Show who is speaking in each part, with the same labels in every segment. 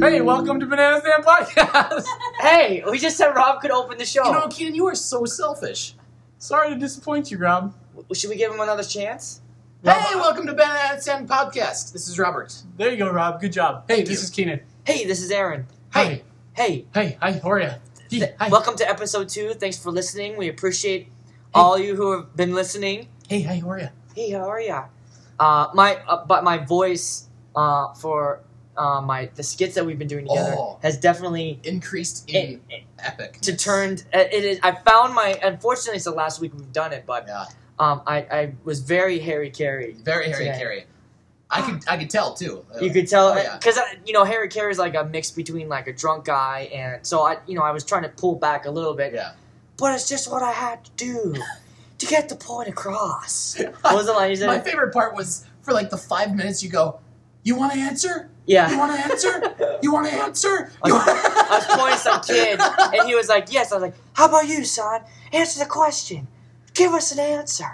Speaker 1: Hey, welcome to Banana Stand Podcast.
Speaker 2: Hey, we just said Rob could open the show.
Speaker 1: You know, Keaton, you are so selfish. Sorry to disappoint you, Rob.
Speaker 2: W- Should we give him another chance?
Speaker 3: Hey, welcome to Ben and Sam Podcast. This is Robert.
Speaker 1: There you go, Rob. Good job. Hey,
Speaker 3: Thank
Speaker 1: this
Speaker 3: you.
Speaker 1: is Keenan.
Speaker 2: Hey, this is Aaron.
Speaker 1: Hi.
Speaker 2: Hey,
Speaker 1: Hey, hi, how are you? Gee,
Speaker 2: th-
Speaker 1: hi.
Speaker 2: welcome to episode two. Thanks for listening. We appreciate all you who have been listening.
Speaker 1: Hey, hi, how are you?
Speaker 2: Hey, how are ya? Uh, my uh, but my voice uh, for uh, my the skits that we've been doing together
Speaker 3: Oh.
Speaker 2: has definitely
Speaker 3: Increased
Speaker 2: it,
Speaker 3: in epic.
Speaker 2: to turned. uh, It is. I found my. Unfortunately, it's the last week we've done it, but
Speaker 3: Yeah,
Speaker 2: um, I I was very Harry Carey.
Speaker 3: very Harry
Speaker 2: Today.
Speaker 3: Carey. I could I could tell too. Uh,
Speaker 2: You could tell
Speaker 3: Oh, yeah.
Speaker 2: because you know Harry Carey's like a mix between like a drunk guy and so I you know I was trying to pull back a little bit,
Speaker 3: Yeah.
Speaker 2: but it's just what I had to do to get the point across. What was the line? He
Speaker 3: My
Speaker 2: said,
Speaker 3: favorite part was for like the five minutes you go, you want to answer? You
Speaker 2: "Yeah." Oh,
Speaker 3: want to answer? You want to answer?
Speaker 2: I
Speaker 3: You
Speaker 2: was-
Speaker 3: wanna-"
Speaker 2: I was pointing some kid, and he was like, "Yes." I was like, "How about you, son? Answer the question. Give us an answer.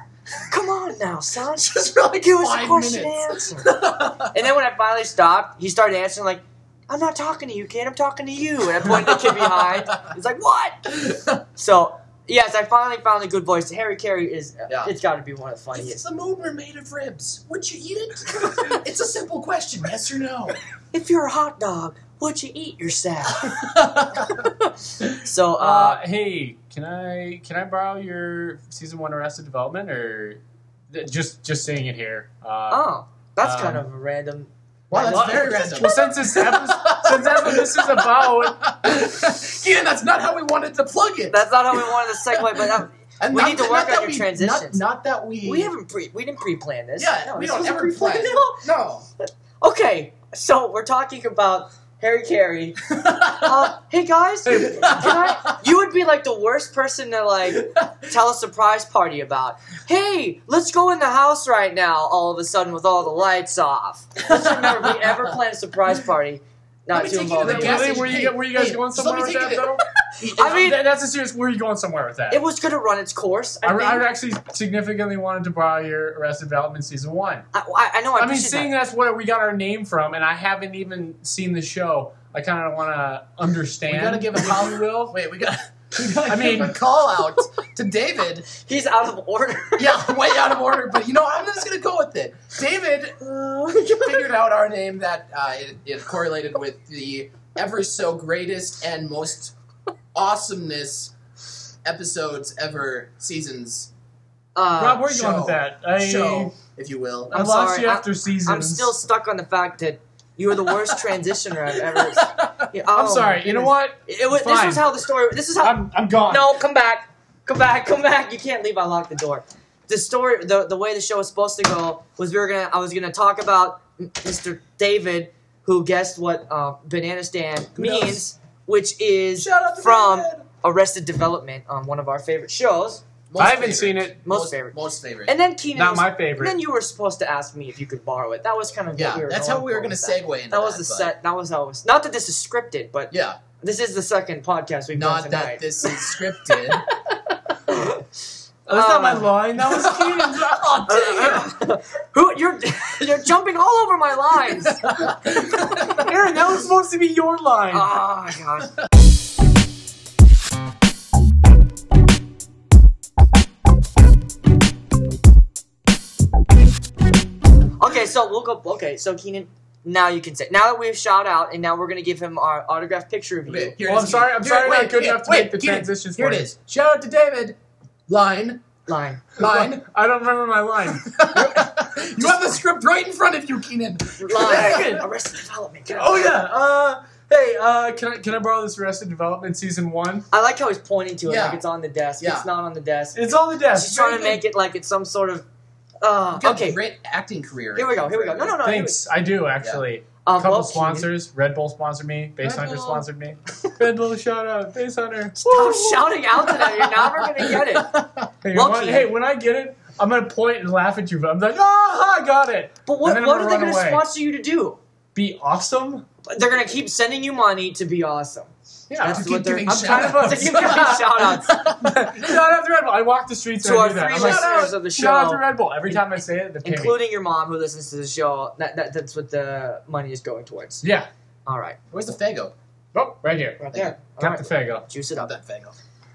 Speaker 2: Come on now, son.
Speaker 3: Just for like
Speaker 2: Give us a
Speaker 3: five
Speaker 2: question and
Speaker 3: minutes.
Speaker 2: answer." And then when I finally stopped, he started answering like, "I'm not talking to you, kid. I'm talking to you." And I pointed at the kid behind. It's like, "What?" So yes, I finally found a good voice. Harry Carey is. uh,
Speaker 3: Yeah.
Speaker 2: It's got to be one of the
Speaker 3: It's
Speaker 2: funniest.
Speaker 3: the moon we're made of ribs. Would you eat it? it's a simple question, yes or no.
Speaker 2: If you're a hot dog, would you eat yourself? So uh,
Speaker 1: Uh, hey, can I can I borrow your season one Arrested Development or th- just just saying it here? Uh,
Speaker 2: oh, that's
Speaker 1: um,
Speaker 2: kind of a random.
Speaker 3: wow, that's
Speaker 1: Well,
Speaker 3: very random.
Speaker 1: Well, since this episode, since that's what this is about,
Speaker 3: Ian, that's not how we wanted to plug it.
Speaker 2: That's not how we wanted to segue, but uh,
Speaker 3: And
Speaker 2: We
Speaker 3: not
Speaker 2: need to
Speaker 3: that-
Speaker 2: work
Speaker 3: not that
Speaker 2: on your
Speaker 3: we-
Speaker 2: transitions.
Speaker 3: Not, not that we.
Speaker 2: we haven't pre we didn't pre-plan this.
Speaker 3: Yeah,
Speaker 2: No,
Speaker 3: we
Speaker 2: this
Speaker 3: don't
Speaker 2: wasn't
Speaker 3: ever plan.
Speaker 2: pre-planned at all.
Speaker 3: No.
Speaker 2: Okay, so we're talking about Harry Carey. Uh, hey guys,
Speaker 1: Hey.
Speaker 2: can I, you would be like the worst person to like tell a surprise party about. Hey, let's go in the house right now. All of a sudden, with all the lights off. Let's remember we ever plan a surprise party.
Speaker 3: Let
Speaker 2: Not
Speaker 3: me
Speaker 2: to
Speaker 3: take you to
Speaker 2: involve
Speaker 3: the
Speaker 2: anyone.
Speaker 3: gas
Speaker 1: really,
Speaker 3: station.
Speaker 1: were you,
Speaker 3: Hey,
Speaker 1: were you guys
Speaker 3: hey,
Speaker 1: going
Speaker 3: just
Speaker 1: somewhere
Speaker 3: let
Speaker 1: with
Speaker 3: me
Speaker 1: that though?
Speaker 3: take
Speaker 2: I mean-
Speaker 1: That- that's a serious. Were you going somewhere with that?
Speaker 2: It was going to run its course. I,
Speaker 1: I,
Speaker 2: think.
Speaker 1: I actually significantly wanted to borrow your Arrested Development season one.
Speaker 2: I, I, Oh, I know. I,
Speaker 1: I mean,
Speaker 2: appreciate
Speaker 1: seeing that's where we got our name from, and I haven't even seen the show. I kind of want to understand.
Speaker 3: We gotta give a
Speaker 1: if
Speaker 3: call-
Speaker 1: you will.
Speaker 3: Wait, we got. We gotta
Speaker 1: I
Speaker 3: give
Speaker 1: mean-
Speaker 3: a call out to David.
Speaker 2: that. he's out of order.
Speaker 3: Yeah, way out of order, but you know I'm just gonna go with it. David figured out our name that uh, it, it correlated with the ever so greatest and most awesomeness episodes ever seasons
Speaker 2: Uh,
Speaker 1: Rob, where are you
Speaker 3: show.
Speaker 1: going with that? I,
Speaker 3: show, if you will.
Speaker 1: I
Speaker 2: I'm
Speaker 1: lost
Speaker 2: sorry,
Speaker 1: you
Speaker 2: I-
Speaker 1: after seasons.
Speaker 2: I'm still stuck on the fact that you were the worst transitioner I've ever. Yeah, oh,
Speaker 1: I'm
Speaker 2: my
Speaker 1: sorry. You know
Speaker 2: goodness.
Speaker 1: what?
Speaker 2: It was, this
Speaker 1: Fine.
Speaker 2: was how the story. This is how.
Speaker 1: I'm, I'm gone.
Speaker 2: no, come back, come back, come back. You can't leave. I locked the door. The story, the the way the show was supposed to go was we were gonna. I was gonna talk about M- Mr. David, who guessed what uh, banana stand means,
Speaker 3: knows?
Speaker 2: which is
Speaker 3: Shout out to
Speaker 2: from
Speaker 3: David!
Speaker 2: Arrested Development, um, one of our favorite shows,
Speaker 3: Most
Speaker 1: I haven't
Speaker 3: favorite.
Speaker 1: seen it.
Speaker 2: most,
Speaker 3: most
Speaker 2: favorite.
Speaker 3: Most favorite.
Speaker 2: And then Keenan,
Speaker 1: Not
Speaker 2: was-
Speaker 1: my
Speaker 2: and
Speaker 1: favorite.
Speaker 2: then you were supposed to ask me if you could borrow it. That was kind of
Speaker 3: yeah,
Speaker 2: What we were
Speaker 3: that's
Speaker 2: going
Speaker 3: how we were
Speaker 2: for
Speaker 3: going to
Speaker 2: with that.
Speaker 3: segue into
Speaker 2: That was the
Speaker 3: but-
Speaker 2: set. That was how it was. Not that this is scripted, but
Speaker 3: Yeah,
Speaker 2: this is the second podcast we've
Speaker 3: not
Speaker 2: done
Speaker 3: that
Speaker 2: tonight.
Speaker 3: this is scripted.
Speaker 1: That's not my
Speaker 2: Uh,
Speaker 1: line. Oh, That was Keenan's.
Speaker 3: oh, damn.
Speaker 2: Who you're you're jumping all over my lines.
Speaker 3: Oh,
Speaker 1: Aaron, that was supposed to be your line.
Speaker 2: oh gosh. Okay, so we'll go. Okay, so Keenan, now you can say. Now that we've shout out, and now we're gonna give him our autographed picture of you.
Speaker 3: Okay, here it
Speaker 1: Well, I'm
Speaker 3: is.
Speaker 1: sorry- I'm
Speaker 3: Here-
Speaker 1: sorry I'm
Speaker 3: wait,
Speaker 1: not good
Speaker 3: here-
Speaker 1: enough to
Speaker 3: wait,
Speaker 1: make the
Speaker 3: here it-
Speaker 1: transitions
Speaker 3: Here
Speaker 1: for
Speaker 3: it
Speaker 1: you.
Speaker 3: is. Shout out to David. Line,
Speaker 2: Line.
Speaker 3: line.
Speaker 1: I don't remember my line.
Speaker 3: you have the script right in front of you, Keenan.
Speaker 2: Line. Arrested Development. God.
Speaker 1: oh yeah. Uh, hey, uh, can I can I borrow this Arrested Development season one?
Speaker 2: I like how he's pointing to it
Speaker 3: Yeah.
Speaker 2: like it's on the desk.
Speaker 3: Yeah.
Speaker 2: It's not on the desk.
Speaker 1: It's on the desk.
Speaker 2: She's trying
Speaker 3: very
Speaker 2: to
Speaker 3: good.
Speaker 2: make it like it's some sort of. Uh,
Speaker 3: Got
Speaker 2: okay,
Speaker 3: a great acting career.
Speaker 2: here we go. Here we go. No, no, no. here we-
Speaker 1: Thanks. I do actually.
Speaker 2: Um,
Speaker 1: couple
Speaker 2: well,
Speaker 1: sponsors. Red Bull sponsored me. Base
Speaker 3: Red
Speaker 1: Hunter
Speaker 3: Bull.
Speaker 1: sponsored me. Red Bull shout out. Base Hunter.
Speaker 2: Stop shouting out to them. You're never gonna get it.
Speaker 1: Hey,
Speaker 2: Well,
Speaker 1: when-
Speaker 2: Keaton.
Speaker 1: hey, when I get it, I'm gonna point and laugh at you. But I'm like, ah, I got it.
Speaker 2: But
Speaker 1: And
Speaker 2: what,
Speaker 1: then I'm
Speaker 2: what
Speaker 1: gonna
Speaker 2: are they
Speaker 1: run
Speaker 2: gonna
Speaker 1: away.
Speaker 2: sponsor you to do?
Speaker 1: Be awesome.
Speaker 2: They're gonna keep sending you money to be awesome.
Speaker 1: Yeah.
Speaker 2: That's
Speaker 3: keep
Speaker 2: what they're.
Speaker 3: giving
Speaker 2: I'm
Speaker 3: shout
Speaker 2: kind of a,
Speaker 3: outs.
Speaker 2: to keep giving shout outs.
Speaker 1: shout out to Red Bull. I walk the streets
Speaker 2: To
Speaker 1: and I
Speaker 2: our
Speaker 1: do that.
Speaker 2: three
Speaker 1: I'm like,
Speaker 2: listeners
Speaker 1: shout out,
Speaker 2: of the
Speaker 1: shout out
Speaker 2: show.
Speaker 1: to Red Bull. Every time I say it, they pay me.
Speaker 2: including your mom who listens to the show. That, that that's what the money is going towards.
Speaker 1: Yeah.
Speaker 2: All right,
Speaker 3: Where's the Fago?
Speaker 1: Oh, right here.
Speaker 2: right there. All
Speaker 1: Got
Speaker 2: right.
Speaker 1: the Fago.
Speaker 2: Juice it
Speaker 3: Not
Speaker 2: up.
Speaker 3: that Fago.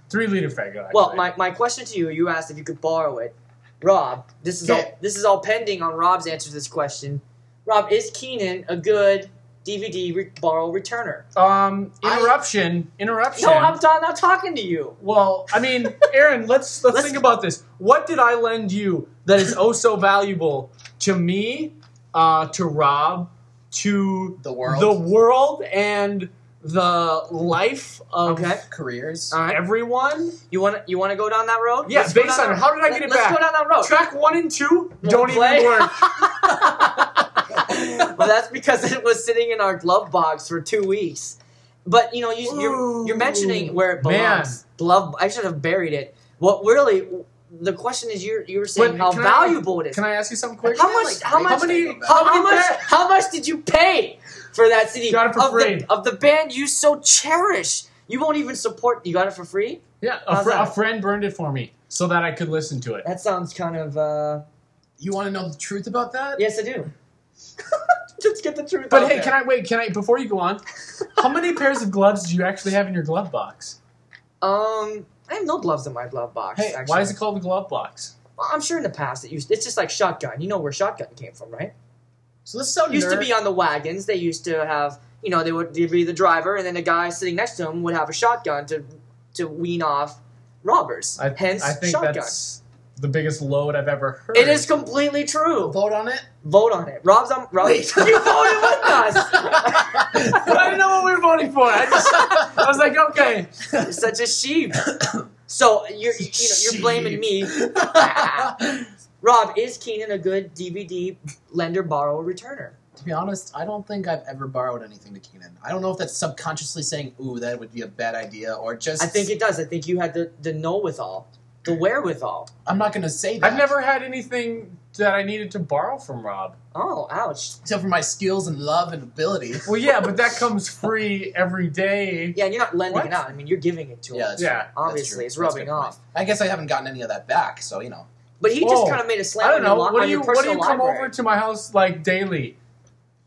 Speaker 1: Three liter Fago. Actually.
Speaker 2: Well, my, my question to you, you asked if you could borrow it. Rob, this is
Speaker 3: Yeah.
Speaker 2: all this is all pending on Rob's answer to this question. Rob, is Keenan a good DVD re- borrow returner?
Speaker 1: um
Speaker 3: I-
Speaker 1: interruption. interruption.
Speaker 2: No, I'm ta- not talking to you.
Speaker 1: Well, I mean, Aaron, let's, let's
Speaker 2: Let's-
Speaker 1: think about this. What did I lend you that is oh so valuable to me, uh, to Rob, to
Speaker 3: The world.
Speaker 1: the world, and the life of
Speaker 2: Okay.
Speaker 3: Careers.
Speaker 2: All right,
Speaker 1: everyone?
Speaker 2: you want to you want to go down that road?
Speaker 1: Yeah,
Speaker 2: Let's go
Speaker 1: based
Speaker 2: down
Speaker 1: on
Speaker 2: that-
Speaker 1: how did I
Speaker 2: let-
Speaker 1: get it
Speaker 2: let's
Speaker 1: back?
Speaker 2: go down that road.
Speaker 1: Track one and two
Speaker 2: Won't
Speaker 1: don't
Speaker 2: play.
Speaker 1: even work.
Speaker 2: well, that's because it was sitting in our glove box for two weeks. But you know, you, you're you're
Speaker 1: Ooh,
Speaker 2: mentioning where it
Speaker 1: man.
Speaker 2: belongs. Glove. I should have buried it. What really? The question is, you're you're saying
Speaker 1: Wait,
Speaker 2: how
Speaker 1: can I-
Speaker 2: valuable it is.
Speaker 1: Can I ask you something quick?
Speaker 2: How much- how much-
Speaker 1: How many-
Speaker 2: How, how
Speaker 1: How
Speaker 2: much?
Speaker 1: much-
Speaker 2: How much did you pay for that CD?
Speaker 1: Got it for
Speaker 2: of
Speaker 1: free.
Speaker 2: The, of the band you so cherish, you won't even support. You got it for free?
Speaker 1: Yeah, a,
Speaker 2: How's
Speaker 1: fr- a
Speaker 2: that?
Speaker 1: friend burned it for me so that I could listen to it.
Speaker 2: That sounds kind of. uh
Speaker 3: You want to know the truth about that?
Speaker 2: Yes, I do. Let's get the truth.
Speaker 1: But
Speaker 2: out
Speaker 1: hey,
Speaker 2: there.
Speaker 1: can I wait? Can I before you go on? How many pairs of gloves do you actually have in your glove box?
Speaker 2: Um, I have no gloves in my glove box.
Speaker 1: Hey,
Speaker 2: actually.
Speaker 1: why is it called the glove box?
Speaker 2: Well, I'm sure in the past it used. It's just like shotgun. You know where shotgun came from, right?
Speaker 3: So this is so
Speaker 2: used to
Speaker 3: nerd-
Speaker 2: be on the wagons. They used to have. You know, they would they'd be the driver, and then the guy sitting next to him would have a shotgun to to wean off robbers.
Speaker 1: I,
Speaker 2: Hence,
Speaker 1: I think
Speaker 2: shotgun.
Speaker 1: that's the biggest load I've ever heard.
Speaker 2: It is completely true.
Speaker 3: Vote on it.
Speaker 2: Vote on it. Rob's on. Rob,
Speaker 3: Wait.
Speaker 2: you voted with us.
Speaker 1: I didn't know what we were voting for. I just, I was like, okay.
Speaker 2: You're such a sheep. So you're you know, you're blaming me. Rob is Keenan a good DVD lender, borrower, returner?
Speaker 3: to be honest, I don't think I've ever borrowed anything to Keenan. I don't know if that's subconsciously saying, "Ooh, that would be a bad idea," or just
Speaker 2: I think it does. I think you had the the know with all, the wherewithal.
Speaker 3: I'm not going to say that.
Speaker 1: I've never had anything that I needed to borrow from Rob.
Speaker 2: Oh, ouch.
Speaker 3: except for my skills and love and ability.
Speaker 1: Well, yeah, but that comes free every day.
Speaker 2: Yeah, and you're not lending
Speaker 1: What?
Speaker 2: it out. I mean, you're giving it to
Speaker 3: Yeah,
Speaker 2: him.
Speaker 3: that's
Speaker 1: Yeah,
Speaker 3: true. That's
Speaker 2: Obviously,
Speaker 3: true.
Speaker 2: it's
Speaker 3: That's a
Speaker 2: rubbing
Speaker 3: good point.
Speaker 2: off.
Speaker 3: I guess I haven't gotten any of that back, so you know.
Speaker 2: But he just
Speaker 1: Whoa.
Speaker 2: kind of made a slam
Speaker 1: I don't
Speaker 2: on your,
Speaker 1: know.
Speaker 2: li-
Speaker 1: What
Speaker 2: on
Speaker 1: do you
Speaker 2: your
Speaker 1: What do
Speaker 2: personal
Speaker 1: you come
Speaker 2: library.
Speaker 1: over to my house like daily?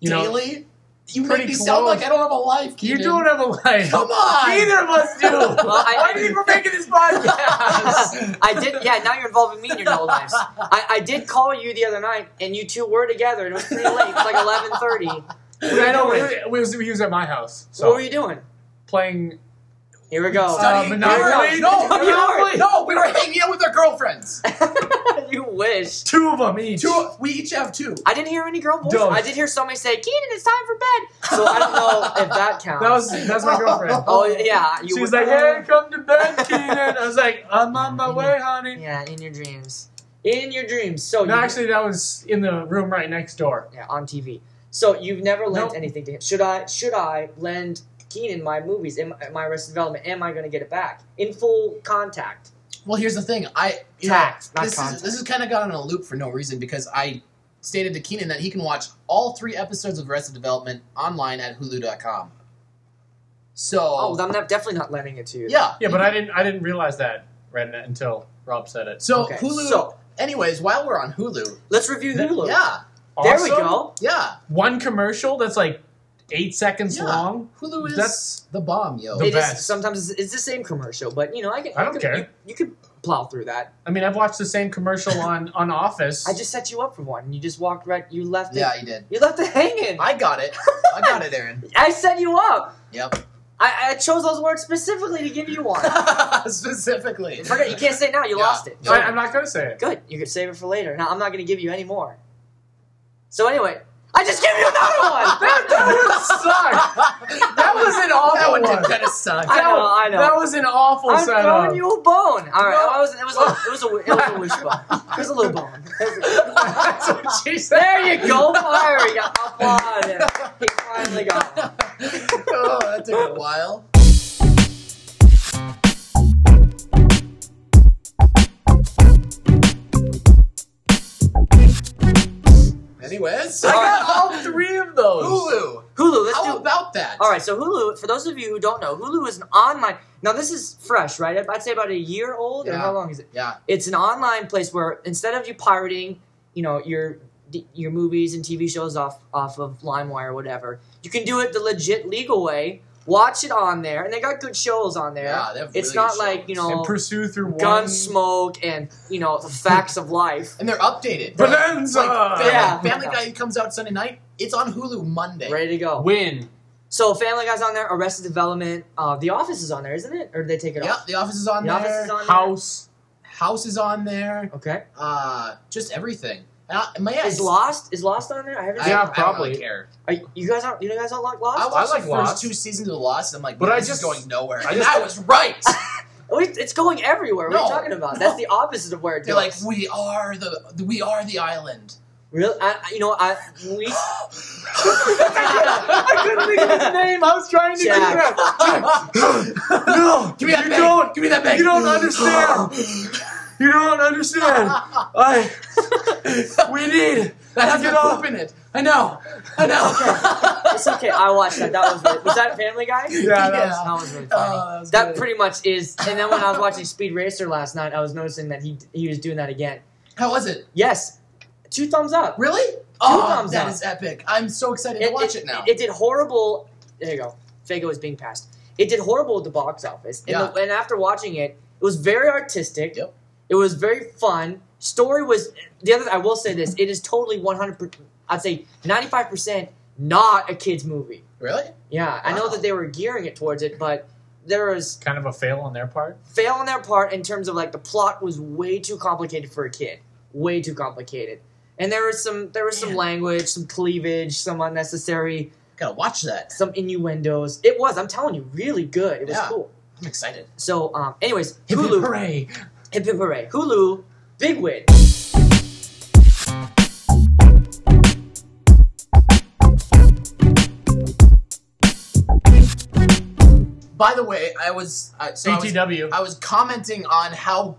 Speaker 1: You know,
Speaker 3: Daily, you
Speaker 1: pretty
Speaker 3: make me sound
Speaker 1: close.
Speaker 3: like I don't have a life.
Speaker 1: you
Speaker 3: Keenan.
Speaker 1: don't have a life.
Speaker 3: Come on.
Speaker 1: neither of us do.
Speaker 2: I-
Speaker 1: Why do you keep making this podcast?
Speaker 2: I did. Yeah, now you're involving me in your no lives. I, I did call you the other night, and you two were together, and it was pretty late. It was like eleven thirty.
Speaker 1: I know we, we was, he was at my house, so
Speaker 2: What were you doing?
Speaker 1: playing.
Speaker 2: Here we go.
Speaker 1: Uh,
Speaker 3: Studying
Speaker 1: Monopoly?
Speaker 3: Oh, Monopoly. No,
Speaker 2: Monopoly.
Speaker 3: Monopoly. No, we were hanging out with our girlfriends.
Speaker 2: you wish.
Speaker 1: Two of them each.
Speaker 3: Two. We each have two.
Speaker 2: I didn't hear any girl voice.
Speaker 1: Dope.
Speaker 2: I did hear somebody say, "Keenan, it's time for bed." So I don't know if that counts.
Speaker 1: That was that's my girlfriend.
Speaker 2: oh yeah, you
Speaker 1: She was
Speaker 2: were-
Speaker 1: like, "Hey, come to bed, Keenan." I was like, "I'm on my way, honey."
Speaker 2: Yeah, in your dreams. In your dreams. So
Speaker 1: No,
Speaker 2: you,
Speaker 1: actually, that was in the room right next door.
Speaker 2: yeah, on TV. So you've never lent
Speaker 1: Nope.
Speaker 2: anything to him. Should I? Should I lend Keenan my movies? Am, my Arrested Development? Am I going to get it back in full contact?
Speaker 3: Well, here's the thing. I you know,
Speaker 2: Tact, not
Speaker 3: this is
Speaker 2: contact.
Speaker 3: this is kind of got on a loop for no reason because I stated to Keenan that he can watch all three episodes of Arrested Development online at Hulu.com. So
Speaker 2: oh, I'm not, definitely not lending it to you.
Speaker 3: yeah,
Speaker 1: Yeah, but I didn't. I didn't realize that right n- until Rob said it.
Speaker 3: So
Speaker 2: Okay,
Speaker 3: Hulu.
Speaker 2: so-
Speaker 3: anyways, while we're on Hulu,
Speaker 2: Let's review Hulu.
Speaker 3: yeah,
Speaker 2: There we
Speaker 1: Also,
Speaker 2: go.
Speaker 3: yeah,
Speaker 1: One commercial that's like eight seconds
Speaker 3: Yeah.
Speaker 1: long.
Speaker 3: Hulu is
Speaker 1: That's-
Speaker 3: the bomb, yo.
Speaker 1: The
Speaker 2: It is
Speaker 1: best.
Speaker 2: sometimes it's, it's the same commercial, but you know I can.
Speaker 1: I don't
Speaker 2: could-
Speaker 1: care.
Speaker 2: You, you could plow through that.
Speaker 1: I mean, I've watched the same commercial on on Office.
Speaker 2: I just set you up for one, and you just walked right. You left
Speaker 3: yeah,
Speaker 2: it.
Speaker 3: you did.
Speaker 2: You left it hanging. I,
Speaker 3: I got it. I got it, Aaron.
Speaker 2: set you up.
Speaker 3: Yep.
Speaker 2: I, I chose those words specifically to give you one.
Speaker 3: Specifically,
Speaker 2: Forget you can't say it now. You
Speaker 3: Yeah.
Speaker 2: lost it.
Speaker 1: So I, am not gonna say it.
Speaker 2: Good. You can save it for later. Now I'm not going to give you any more. So anyway, I just gave you another one.
Speaker 1: That sucked. That was an awful
Speaker 3: that one
Speaker 1: one.
Speaker 3: did kind of suck.
Speaker 2: I know. I know.
Speaker 1: That was an awful
Speaker 2: I'm
Speaker 1: setup.
Speaker 2: throwing you a bone. All right.
Speaker 1: No.
Speaker 2: I was, it was. A, it was a. It was a wish bone. It was a little bone.
Speaker 1: That's what she said.
Speaker 2: there you go. Fire. You got applauded. He finally got. It.
Speaker 3: oh, that took a while. Anyways,
Speaker 1: I got all three of those.
Speaker 3: Hulu.
Speaker 2: Hulu. Let's
Speaker 3: How
Speaker 2: do.
Speaker 3: about that?
Speaker 2: All right, so Hulu, for those of you who don't know, Hulu is an online. Now, this is fresh, right? I'd say about a year old, or
Speaker 3: Yeah.
Speaker 2: how long is it?
Speaker 3: Yeah.
Speaker 2: it's an online place where instead of you pirating, you know, your the, your movies and TV shows off off of LimeWire or whatever. You can do it the legit legal way. Watch it on there, and they got good shows on there.
Speaker 3: Yeah, they have
Speaker 2: it's
Speaker 3: really
Speaker 2: not
Speaker 3: good
Speaker 2: like you
Speaker 3: shows.
Speaker 1: and
Speaker 2: know
Speaker 1: pursue through one
Speaker 2: Gunsmoke and you know the facts of life.
Speaker 3: and they're updated. bro.
Speaker 1: Bonanza.
Speaker 3: Like, Family,
Speaker 2: Yeah.
Speaker 3: Family Guy comes out Sunday night. It's on Hulu Monday.
Speaker 2: Ready to go.
Speaker 1: Win.
Speaker 2: So Family Guy's on there. Arrested Development. Uh, the Office is on there, isn't it? Or did they take it
Speaker 3: Yeah,
Speaker 2: off?
Speaker 3: The Office is on
Speaker 2: The
Speaker 3: there.
Speaker 2: Office is on
Speaker 1: House.
Speaker 3: House is on there.
Speaker 2: there. Okay.
Speaker 3: Uh, just everything. And I, my,
Speaker 2: Is Lost is Lost on there? I haven't.
Speaker 3: I,
Speaker 2: seen
Speaker 1: Yeah,
Speaker 3: I don't really
Speaker 1: probably.
Speaker 3: care.
Speaker 2: Are you, you guys aren't. You guys don't like
Speaker 3: I
Speaker 2: Lost?
Speaker 3: watched
Speaker 1: like
Speaker 3: the
Speaker 1: Lost.
Speaker 3: first two seasons of Lost, and I'm like,
Speaker 1: But
Speaker 3: man,
Speaker 1: I
Speaker 3: this is
Speaker 1: just-
Speaker 3: going nowhere.
Speaker 1: I
Speaker 3: and
Speaker 1: just-
Speaker 3: I was right.
Speaker 2: Oh, it- It's going everywhere. What are you
Speaker 3: No.
Speaker 2: talking about? That's the opposite of where it
Speaker 3: They're
Speaker 2: goes.
Speaker 3: like, we are the we are the island.
Speaker 2: really? I, I- you know, I we
Speaker 1: I couldn't think of his name. I was trying to.
Speaker 2: Jack.
Speaker 1: figure out- No,
Speaker 3: Give me that
Speaker 1: you
Speaker 3: bag.
Speaker 1: don't.
Speaker 3: Give me that bag.
Speaker 1: You don't understand. You don't understand. I. We need.
Speaker 3: that has
Speaker 1: Get
Speaker 3: been
Speaker 1: off.
Speaker 3: poop in it. I know. I know.
Speaker 2: it's okay. I watched that. That was really, was that Family Guy?
Speaker 1: Yeah, that was-
Speaker 2: that was really funny.
Speaker 3: Uh, that's
Speaker 2: that
Speaker 3: good.
Speaker 2: pretty much is. And then when I was watching Speed Racer last night, I was noticing that he he was doing that again.
Speaker 3: How was it?
Speaker 2: Yes, two thumbs up.
Speaker 3: Really? Oh,
Speaker 2: thumbs
Speaker 3: that
Speaker 2: up.
Speaker 3: is epic. I'm so excited to watch it now.
Speaker 2: It, did horrible. There you go. Fago is being passed. It did horrible at the box office. And,
Speaker 3: Yeah.
Speaker 2: the- and after watching it, it was very artistic.
Speaker 3: Yep.
Speaker 2: It was very fun. Story was the other. I will say this: it is totally one hundred. percent I'd say ninety five percent not a kids movie.
Speaker 3: really?
Speaker 2: Yeah, I know
Speaker 3: Wow.
Speaker 2: that they were gearing it towards it, but there was
Speaker 1: Kind of a fail on their part.
Speaker 2: fail on their part in terms of like the plot was way too complicated for a kid, way too complicated, and there was some there was some
Speaker 3: Man.
Speaker 2: language, some cleavage, some unnecessary
Speaker 3: Gotta watch that.
Speaker 2: some innuendos. It was, I'm telling you, really good. It was
Speaker 3: Yeah.
Speaker 2: cool.
Speaker 3: I'm excited.
Speaker 2: So, um, anyways,
Speaker 3: Hip, hip,
Speaker 2: Hulu,
Speaker 3: hooray!
Speaker 2: hip hip hooray, Hulu, big win.
Speaker 3: By the way, I was I, so I was,
Speaker 1: BTW.
Speaker 3: I was commenting on how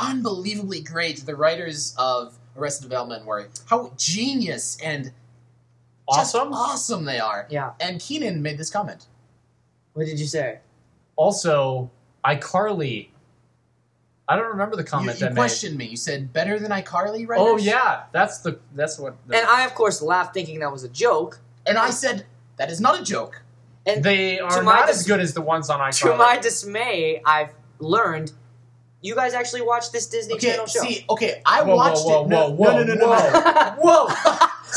Speaker 3: unbelievably great the writers of Arrested Development were. How genius and just
Speaker 1: Awesome.
Speaker 3: awesome they are.
Speaker 2: Yeah.
Speaker 3: And Keenan made this comment.
Speaker 2: What did you say?
Speaker 1: Also, iCarly. I don't remember the
Speaker 3: You,
Speaker 1: comment
Speaker 3: you
Speaker 1: that made.
Speaker 3: questioned me. You said better than iCarly writers.
Speaker 1: Oh yeah, that's the that's what.
Speaker 2: And I, of course, laughed thinking that was a joke.
Speaker 3: and I said that is not a joke.
Speaker 2: And
Speaker 1: they are
Speaker 2: my
Speaker 1: not
Speaker 2: dis-
Speaker 1: as good as the ones on iCarly.
Speaker 2: to my dismay, I've learned you guys actually watched this Disney
Speaker 3: Okay,
Speaker 2: Channel show.
Speaker 3: see, okay, I
Speaker 1: Whoa, whoa,
Speaker 3: watched
Speaker 1: whoa,
Speaker 3: it. No,
Speaker 1: whoa, whoa,
Speaker 3: no, no, no, no, no.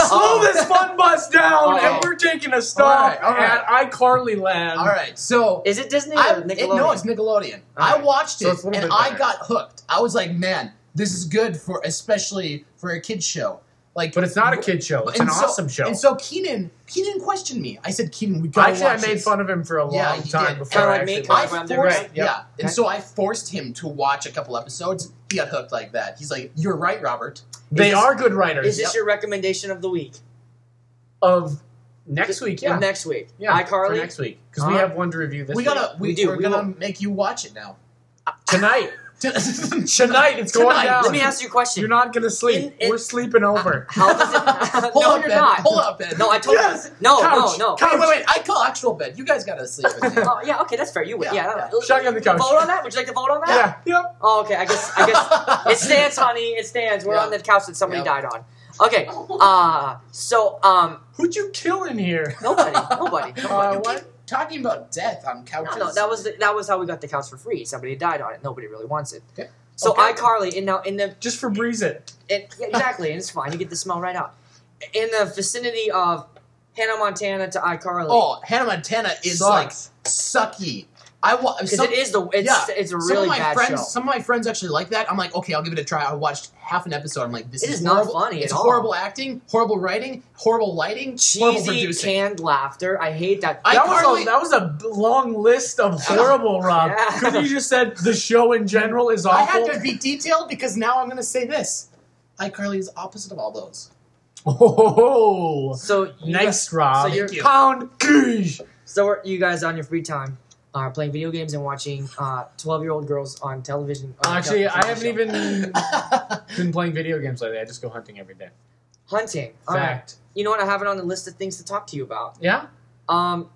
Speaker 1: Whoa! Slow this fun bus down,
Speaker 2: Uh-oh.
Speaker 1: and we're taking a stop
Speaker 3: Um, All right, all right.
Speaker 1: at iCarly Land.
Speaker 3: All right, so
Speaker 2: Is it Disney
Speaker 3: I,
Speaker 2: or Nickelodeon?
Speaker 3: It, no, it's Nickelodeon.
Speaker 2: All
Speaker 3: I
Speaker 2: right.
Speaker 3: watched
Speaker 1: So
Speaker 3: it
Speaker 1: it's a little
Speaker 3: and
Speaker 1: bit
Speaker 3: I
Speaker 1: better.
Speaker 3: got hooked. I was like, man, this is good for especially for a kids show. Like,
Speaker 1: But it's not a kid show. It's
Speaker 3: and
Speaker 1: an
Speaker 3: so-
Speaker 1: awesome show.
Speaker 3: And so Keenan, Keenan questioned me. I said, Keenan, we gotta
Speaker 1: Actually, I
Speaker 3: watch
Speaker 1: made
Speaker 3: this."
Speaker 1: fun of him for a long
Speaker 3: Yeah, you
Speaker 1: time
Speaker 3: did.
Speaker 1: before
Speaker 2: Kinda
Speaker 1: I
Speaker 2: like me,
Speaker 1: actually
Speaker 2: kinda
Speaker 3: I
Speaker 1: watched
Speaker 2: like-
Speaker 1: it.
Speaker 2: Right,
Speaker 3: forced,
Speaker 2: right,
Speaker 3: yeah,
Speaker 1: yep.
Speaker 3: and
Speaker 2: Okay.
Speaker 3: so I forced him to watch a couple episodes. He got hooked like that. He's like, "You're right, Robert."
Speaker 1: They
Speaker 2: this-
Speaker 1: are good
Speaker 2: Is
Speaker 1: writers.
Speaker 2: this
Speaker 3: Yep.
Speaker 2: your recommendation of the week?
Speaker 1: Of next week, yeah,
Speaker 2: Of next week.
Speaker 1: yeah, for
Speaker 2: iCarly.
Speaker 1: next week because we
Speaker 2: Alright.
Speaker 1: have one to review this.
Speaker 3: we
Speaker 1: week.
Speaker 3: gotta, we,
Speaker 2: We do,
Speaker 3: We're
Speaker 2: we
Speaker 3: gonna
Speaker 2: will.
Speaker 3: make you watch it now.
Speaker 1: tonight.
Speaker 3: Tonight,
Speaker 1: Tonight, it's going down.
Speaker 2: Let me ask you a question.
Speaker 1: You're not gonna sleep.
Speaker 2: In- in-
Speaker 1: we're sleeping over.
Speaker 2: How does it?
Speaker 3: Hold
Speaker 2: no,
Speaker 3: up,
Speaker 2: you're
Speaker 3: Ben.
Speaker 2: not.
Speaker 3: Hold up, Ben.
Speaker 2: No, I told
Speaker 1: Yes!
Speaker 2: you. No,
Speaker 3: Oh,
Speaker 1: Couch!
Speaker 2: no, no.
Speaker 1: Couch!
Speaker 3: Wait, wait, wait. I call actual bed. You guys gotta sleep with me.
Speaker 2: Oh, yeah, okay, that's fair. You win.
Speaker 3: Yeah,
Speaker 2: Yeah,
Speaker 3: yeah.
Speaker 2: no, no.
Speaker 1: Shotgun the couch.
Speaker 2: Vote on that. Would you like to vote on that?
Speaker 1: yeah, yep.
Speaker 2: Oh, okay. I guess. I guess it stands, honey. It stands. We're
Speaker 3: Yeah.
Speaker 2: on the couch that somebody
Speaker 3: Yeah.
Speaker 2: died on. Okay.
Speaker 3: um,
Speaker 2: Uh, so um,
Speaker 1: Who'd you kill in here?
Speaker 2: nobody, nobody.
Speaker 1: Uh,
Speaker 3: you
Speaker 1: what?
Speaker 3: keep talking about death on couches.
Speaker 2: No, no, that was the, that was how we got the couch for free. Somebody died on it. Nobody really wants it.
Speaker 3: Okay.
Speaker 2: So
Speaker 1: Okay.
Speaker 2: iCarly, and now in the
Speaker 1: Just for breeze it.
Speaker 2: It, yeah, exactly, and it's fine. You get the smell right out. In the vicinity of Hannah Montana to iCarly.
Speaker 3: Oh, Hannah Montana is
Speaker 1: Sucks.
Speaker 3: like sucky. I wa-
Speaker 2: because
Speaker 3: some-
Speaker 2: it is the it's
Speaker 3: yeah,
Speaker 2: it's a
Speaker 3: some
Speaker 2: really
Speaker 3: of my
Speaker 2: bad
Speaker 3: friends,
Speaker 2: show.
Speaker 3: some of my friends actually like that. I'm like, okay, I'll give it a try. I watched half an episode. I'm like, this
Speaker 2: It is not
Speaker 3: horrible.
Speaker 2: funny at
Speaker 3: It's
Speaker 2: all.
Speaker 3: horrible acting, horrible writing, horrible lighting, horrible
Speaker 2: Cheesy
Speaker 3: producing.
Speaker 2: canned laughter. I hate that.
Speaker 3: I-
Speaker 1: That was,
Speaker 3: iCarly-
Speaker 1: a, that was a b- long list of horrible, Rob.
Speaker 2: Yeah.
Speaker 1: Because you just said the show in general is awful.
Speaker 3: I had to be detailed because now I'm going to say this. iCarly is opposite of all those.
Speaker 1: Oh,
Speaker 2: so you guys,
Speaker 1: nice, Rob.
Speaker 2: so you're-
Speaker 1: Thank you. pound Goosh.
Speaker 2: so are you guys on your free time are playing video games and watching uh twelve year old girls on television. on
Speaker 1: Actually,
Speaker 2: television
Speaker 1: I haven't
Speaker 2: show.
Speaker 1: even been playing video games lately. I just go hunting every day.
Speaker 2: hunting. All right.
Speaker 1: Fact.
Speaker 2: You know what? I have it on the list of things to talk to you about.
Speaker 1: Yeah,
Speaker 2: Um,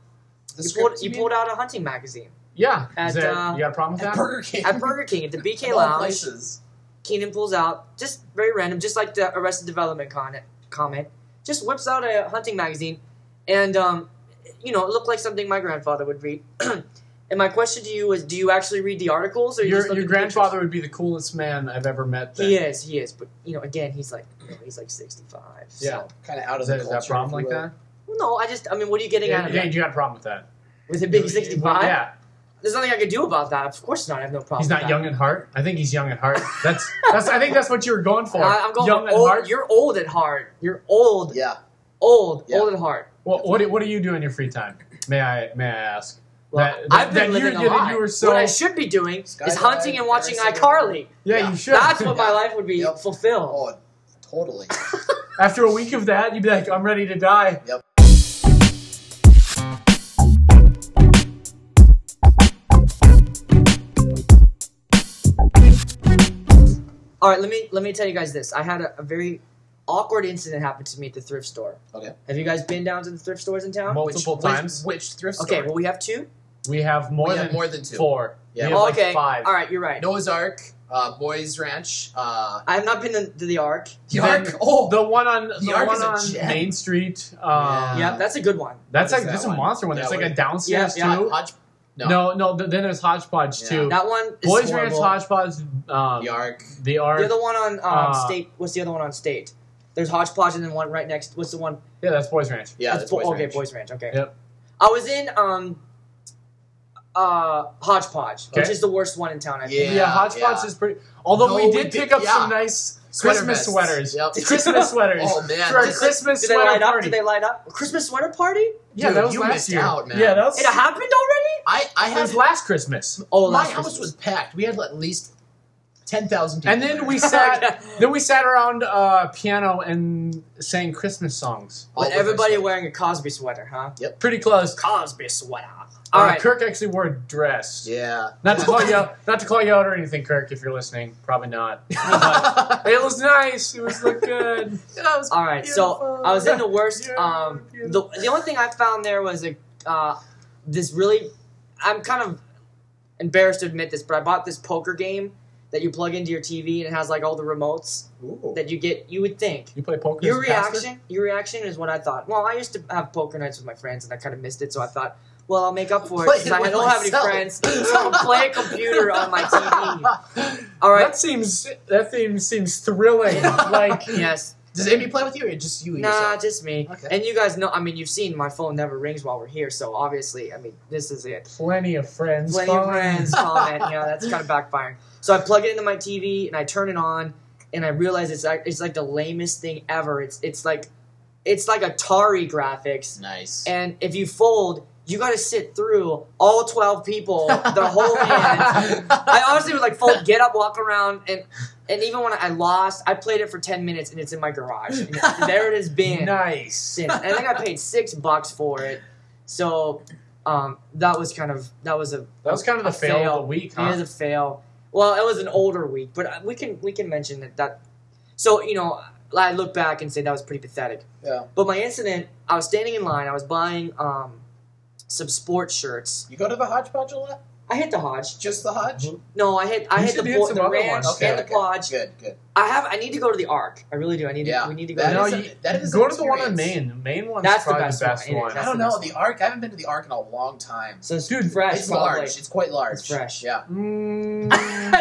Speaker 3: The
Speaker 2: you
Speaker 3: script,
Speaker 2: pulled,
Speaker 3: you
Speaker 2: you
Speaker 3: mean?
Speaker 2: pulled out a hunting magazine
Speaker 1: yeah.
Speaker 2: At,
Speaker 1: Is there,
Speaker 2: uh,
Speaker 1: you got a problem with
Speaker 3: At
Speaker 1: that?
Speaker 3: Burger King.
Speaker 2: at Burger King at the BK
Speaker 3: Of all
Speaker 2: Lounge.
Speaker 3: places.
Speaker 2: Keenan pulls out, just very random, just like the Arrested Development con- comment, just whips out a hunting magazine, and um, you know, it looked like something my grandfather would read. and my question to you is, do you actually read the articles, or you just
Speaker 1: Your,
Speaker 2: look
Speaker 1: your
Speaker 2: at the pictures?
Speaker 1: grandfather would be the coolest man I've ever met. Then.
Speaker 2: He is, he is, but you know, again, he's like, you know, he's like sixty-five. so-
Speaker 1: Yeah.
Speaker 3: kind of out of
Speaker 1: Is that,
Speaker 3: the
Speaker 1: is
Speaker 3: culture.
Speaker 1: that a problem like
Speaker 3: if you will.
Speaker 1: that?
Speaker 2: Well, no, I just, I mean, what are you getting out
Speaker 1: Yeah,
Speaker 2: of
Speaker 1: yeah,
Speaker 2: it
Speaker 1: you got a problem with that.
Speaker 2: with him being
Speaker 1: You-
Speaker 2: sixty-five?
Speaker 1: Yeah,
Speaker 2: There's nothing I could do about that. Of course not. I have no problem.
Speaker 1: he's
Speaker 2: with
Speaker 1: not
Speaker 2: that.
Speaker 1: young at heart. I think he's young at heart. That's that's. I think that's what you were going for.
Speaker 2: I, am going
Speaker 1: young
Speaker 2: for
Speaker 1: at
Speaker 2: old.
Speaker 1: heart.
Speaker 2: You're old at heart. You're old,
Speaker 3: Yeah.
Speaker 2: old,
Speaker 3: Yeah.
Speaker 2: old at heart.
Speaker 1: Well, what do- what do you do in your free time? May I may I ask?
Speaker 2: Well,
Speaker 1: That-
Speaker 2: I've
Speaker 1: that
Speaker 2: been
Speaker 1: you-
Speaker 2: living
Speaker 1: that
Speaker 2: a lie.
Speaker 1: you were so-
Speaker 2: what I should be doing is
Speaker 3: Skydiving,
Speaker 2: hunting and watching
Speaker 3: parasailing.
Speaker 2: iCarly.
Speaker 1: Yeah,
Speaker 3: Yeah.
Speaker 1: you should.
Speaker 2: That's what my life would be
Speaker 3: Yep.
Speaker 2: fulfilled.
Speaker 3: Oh, totally.
Speaker 1: After a week of that, you'd be like, I'm ready to die.
Speaker 2: All right, let me let me tell you guys this. I had a, a very awkward incident happen to me at the thrift store.
Speaker 3: Okay.
Speaker 2: Have you guys been down to the thrift stores in town?
Speaker 1: Well, Multiple
Speaker 3: which,
Speaker 1: times?
Speaker 3: Which, which thrift store?
Speaker 2: okay, well we have two.
Speaker 1: We have more
Speaker 3: We
Speaker 1: than
Speaker 3: have more than two.
Speaker 1: four.
Speaker 3: Yeah.
Speaker 1: We have
Speaker 2: okay.
Speaker 1: like five.
Speaker 2: All right, you're right.
Speaker 3: Noah's Ark, uh, Boys Ranch, uh,
Speaker 2: I have not been to, to the Ark.
Speaker 3: the
Speaker 1: Then-
Speaker 3: Ark. Oh,
Speaker 1: The one on the,
Speaker 3: Ark
Speaker 1: one
Speaker 3: is a
Speaker 1: on
Speaker 3: gem.
Speaker 1: Main Street. Um,
Speaker 2: yeah, that's a good one.
Speaker 1: That's
Speaker 3: What
Speaker 1: like
Speaker 3: is
Speaker 1: that's
Speaker 3: that
Speaker 1: a
Speaker 3: one?
Speaker 1: monster one.
Speaker 3: Yeah,
Speaker 1: That's
Speaker 3: what
Speaker 1: like a
Speaker 3: is-
Speaker 1: downstairs
Speaker 2: Yeah, yeah.
Speaker 1: too.
Speaker 3: Hodge. No,
Speaker 1: No, no. th- then there's hodgepodge
Speaker 3: Yeah.
Speaker 1: too.
Speaker 2: That one is
Speaker 1: Boys Ranch
Speaker 2: horrible.
Speaker 1: hodgepodge. Um,
Speaker 3: the Ark.
Speaker 1: the Ark.
Speaker 2: The other one on um,
Speaker 1: Uh,
Speaker 2: state. What's the other one on state? There's hodgepodge and then one right next. What's the one?
Speaker 1: yeah, that's Boys Ranch.
Speaker 3: Yeah,
Speaker 2: that's
Speaker 3: that's
Speaker 2: Bo-
Speaker 3: Boys
Speaker 2: okay,
Speaker 3: Ranch.
Speaker 2: Boys Ranch. Okay.
Speaker 1: Yep.
Speaker 2: I was in um, uh, hodgepodge, which
Speaker 1: Okay.
Speaker 2: is the worst one in town. I think.
Speaker 1: Yeah,
Speaker 3: Yeah,
Speaker 1: hodgepodge
Speaker 3: yeah.
Speaker 1: is pretty. Although
Speaker 3: No,
Speaker 1: we
Speaker 3: we
Speaker 1: did
Speaker 3: did-
Speaker 1: pick up some
Speaker 3: yeah.
Speaker 1: nice
Speaker 3: Sweater
Speaker 1: Christmas
Speaker 3: vests.
Speaker 1: sweaters.
Speaker 3: Yep.
Speaker 1: Christmas sweaters.
Speaker 3: Oh man,
Speaker 1: For our
Speaker 3: this-
Speaker 1: Christmas
Speaker 2: Did they
Speaker 1: sweater
Speaker 2: light up?
Speaker 1: party.
Speaker 2: Did they light up? Christmas sweater party?
Speaker 1: yeah,
Speaker 3: Dude,
Speaker 1: that was
Speaker 3: you
Speaker 1: last
Speaker 3: missed
Speaker 1: year.
Speaker 3: out, man.
Speaker 1: Yeah, that was.
Speaker 2: It happened already?
Speaker 3: I I
Speaker 1: it was
Speaker 3: have
Speaker 1: last Christmas.
Speaker 2: Oh,
Speaker 3: my
Speaker 2: last
Speaker 3: house
Speaker 2: Christmas.
Speaker 3: was packed. We had at least ten thousand people.
Speaker 1: And then
Speaker 3: there.
Speaker 1: we sat. then we sat around uh, piano and sang Christmas songs.
Speaker 3: All
Speaker 2: With
Speaker 3: with our
Speaker 2: everybody
Speaker 3: sweater.
Speaker 2: wering a Cosby sweater, huh?
Speaker 1: Pretty close.
Speaker 2: Cosby sweater. Uh, All
Speaker 1: Uh,
Speaker 2: right.
Speaker 1: Kirk actually wore a dress.
Speaker 3: Yeah.
Speaker 1: Not to call you out, not to call you out or anything, Kirk. If you're listening, probably not. But it was nice. It was looked good.
Speaker 2: All right. So I was in the worst.
Speaker 1: Yeah,
Speaker 2: Um, the
Speaker 1: beautiful.
Speaker 2: the only thing I found there was a uh, this really. I'm kind of embarrassed to admit this, but I bought this poker game that you plug into your TV and it has like all the remotes
Speaker 3: Ooh.
Speaker 2: that you get. You would think
Speaker 1: You play poker.
Speaker 2: your
Speaker 1: as a pastor?
Speaker 2: reaction, your reaction is what I thought. Well, I used to have poker nights with my friends, and I kind of missed it, so I thought, well, I'll make up for it
Speaker 3: Play
Speaker 2: because
Speaker 3: it
Speaker 2: I
Speaker 3: with
Speaker 2: don't have any
Speaker 3: myself.
Speaker 2: friends. So I'll play a computer on my TV. All right.
Speaker 1: That seems that theme seems thrilling. like
Speaker 2: yes.
Speaker 3: Does Amy play with you or just you?
Speaker 2: Nah,
Speaker 3: yourself?
Speaker 2: just me.
Speaker 3: Okay.
Speaker 2: And you guys know, I mean, you've seen my phone never rings while we're here, so obviously, I mean, this is it.
Speaker 1: plenty of friends.
Speaker 2: Plenty of
Speaker 1: fun.
Speaker 2: friends, comment, you know, that's kind of backfiring. So I plug it into my TV and I turn it on, and I realize it's like, it's like the lamest thing ever. It's it's like it's like Atari graphics,
Speaker 3: Nice.
Speaker 2: and if you fold, you got to sit through all twelve people, their whole hands. I honestly was like fold, get up, walk around, and and even when I lost, I played it for ten minutes, and it's in my garage. And there it has been
Speaker 1: Nice.
Speaker 2: since. And I think I paid six bucks for it. So um, that was kind of that was a
Speaker 1: That was kind of the
Speaker 2: a
Speaker 1: fail, of the week,
Speaker 2: It
Speaker 1: huh?
Speaker 2: was a fail. Well, it was an older week, but uh, we can we can mention that that. So you know, I look back and say that was pretty pathetic.
Speaker 3: Yeah.
Speaker 2: But my incident, I was standing in line. I was buying um, some sports shirts.
Speaker 3: You go to the hodgepodge a lot?
Speaker 2: I hit the Hodge.
Speaker 3: Just the hodge?
Speaker 1: Mm-hmm.
Speaker 2: No, I hit I
Speaker 1: You
Speaker 2: hit the,
Speaker 1: should hit
Speaker 2: bo-
Speaker 1: some
Speaker 2: the
Speaker 1: other
Speaker 2: ranch
Speaker 1: ones. Okay,
Speaker 2: and the Hodge.
Speaker 3: Good, good.
Speaker 2: I have I need to go to the Arc. I really do. I need
Speaker 3: Yeah.
Speaker 2: to, we need to go.
Speaker 3: That
Speaker 2: to
Speaker 1: no,
Speaker 3: is
Speaker 2: the-
Speaker 3: a-
Speaker 1: you,
Speaker 3: that is
Speaker 1: go
Speaker 3: an
Speaker 1: to the one on
Speaker 3: experience.
Speaker 1: Main. The main one's
Speaker 2: That's the
Speaker 1: probably
Speaker 2: best
Speaker 1: the best
Speaker 2: one,
Speaker 1: one.
Speaker 2: it is.
Speaker 3: I
Speaker 2: That's
Speaker 3: don't
Speaker 2: the
Speaker 3: know.
Speaker 2: best
Speaker 3: The arc, I haven't been to the arc in a long time.
Speaker 2: so it's
Speaker 1: Dude,
Speaker 2: fresh.
Speaker 3: It's
Speaker 2: probably.
Speaker 3: large. It's quite large.
Speaker 2: It's fresh.
Speaker 3: Yeah.
Speaker 1: Mm,
Speaker 2: and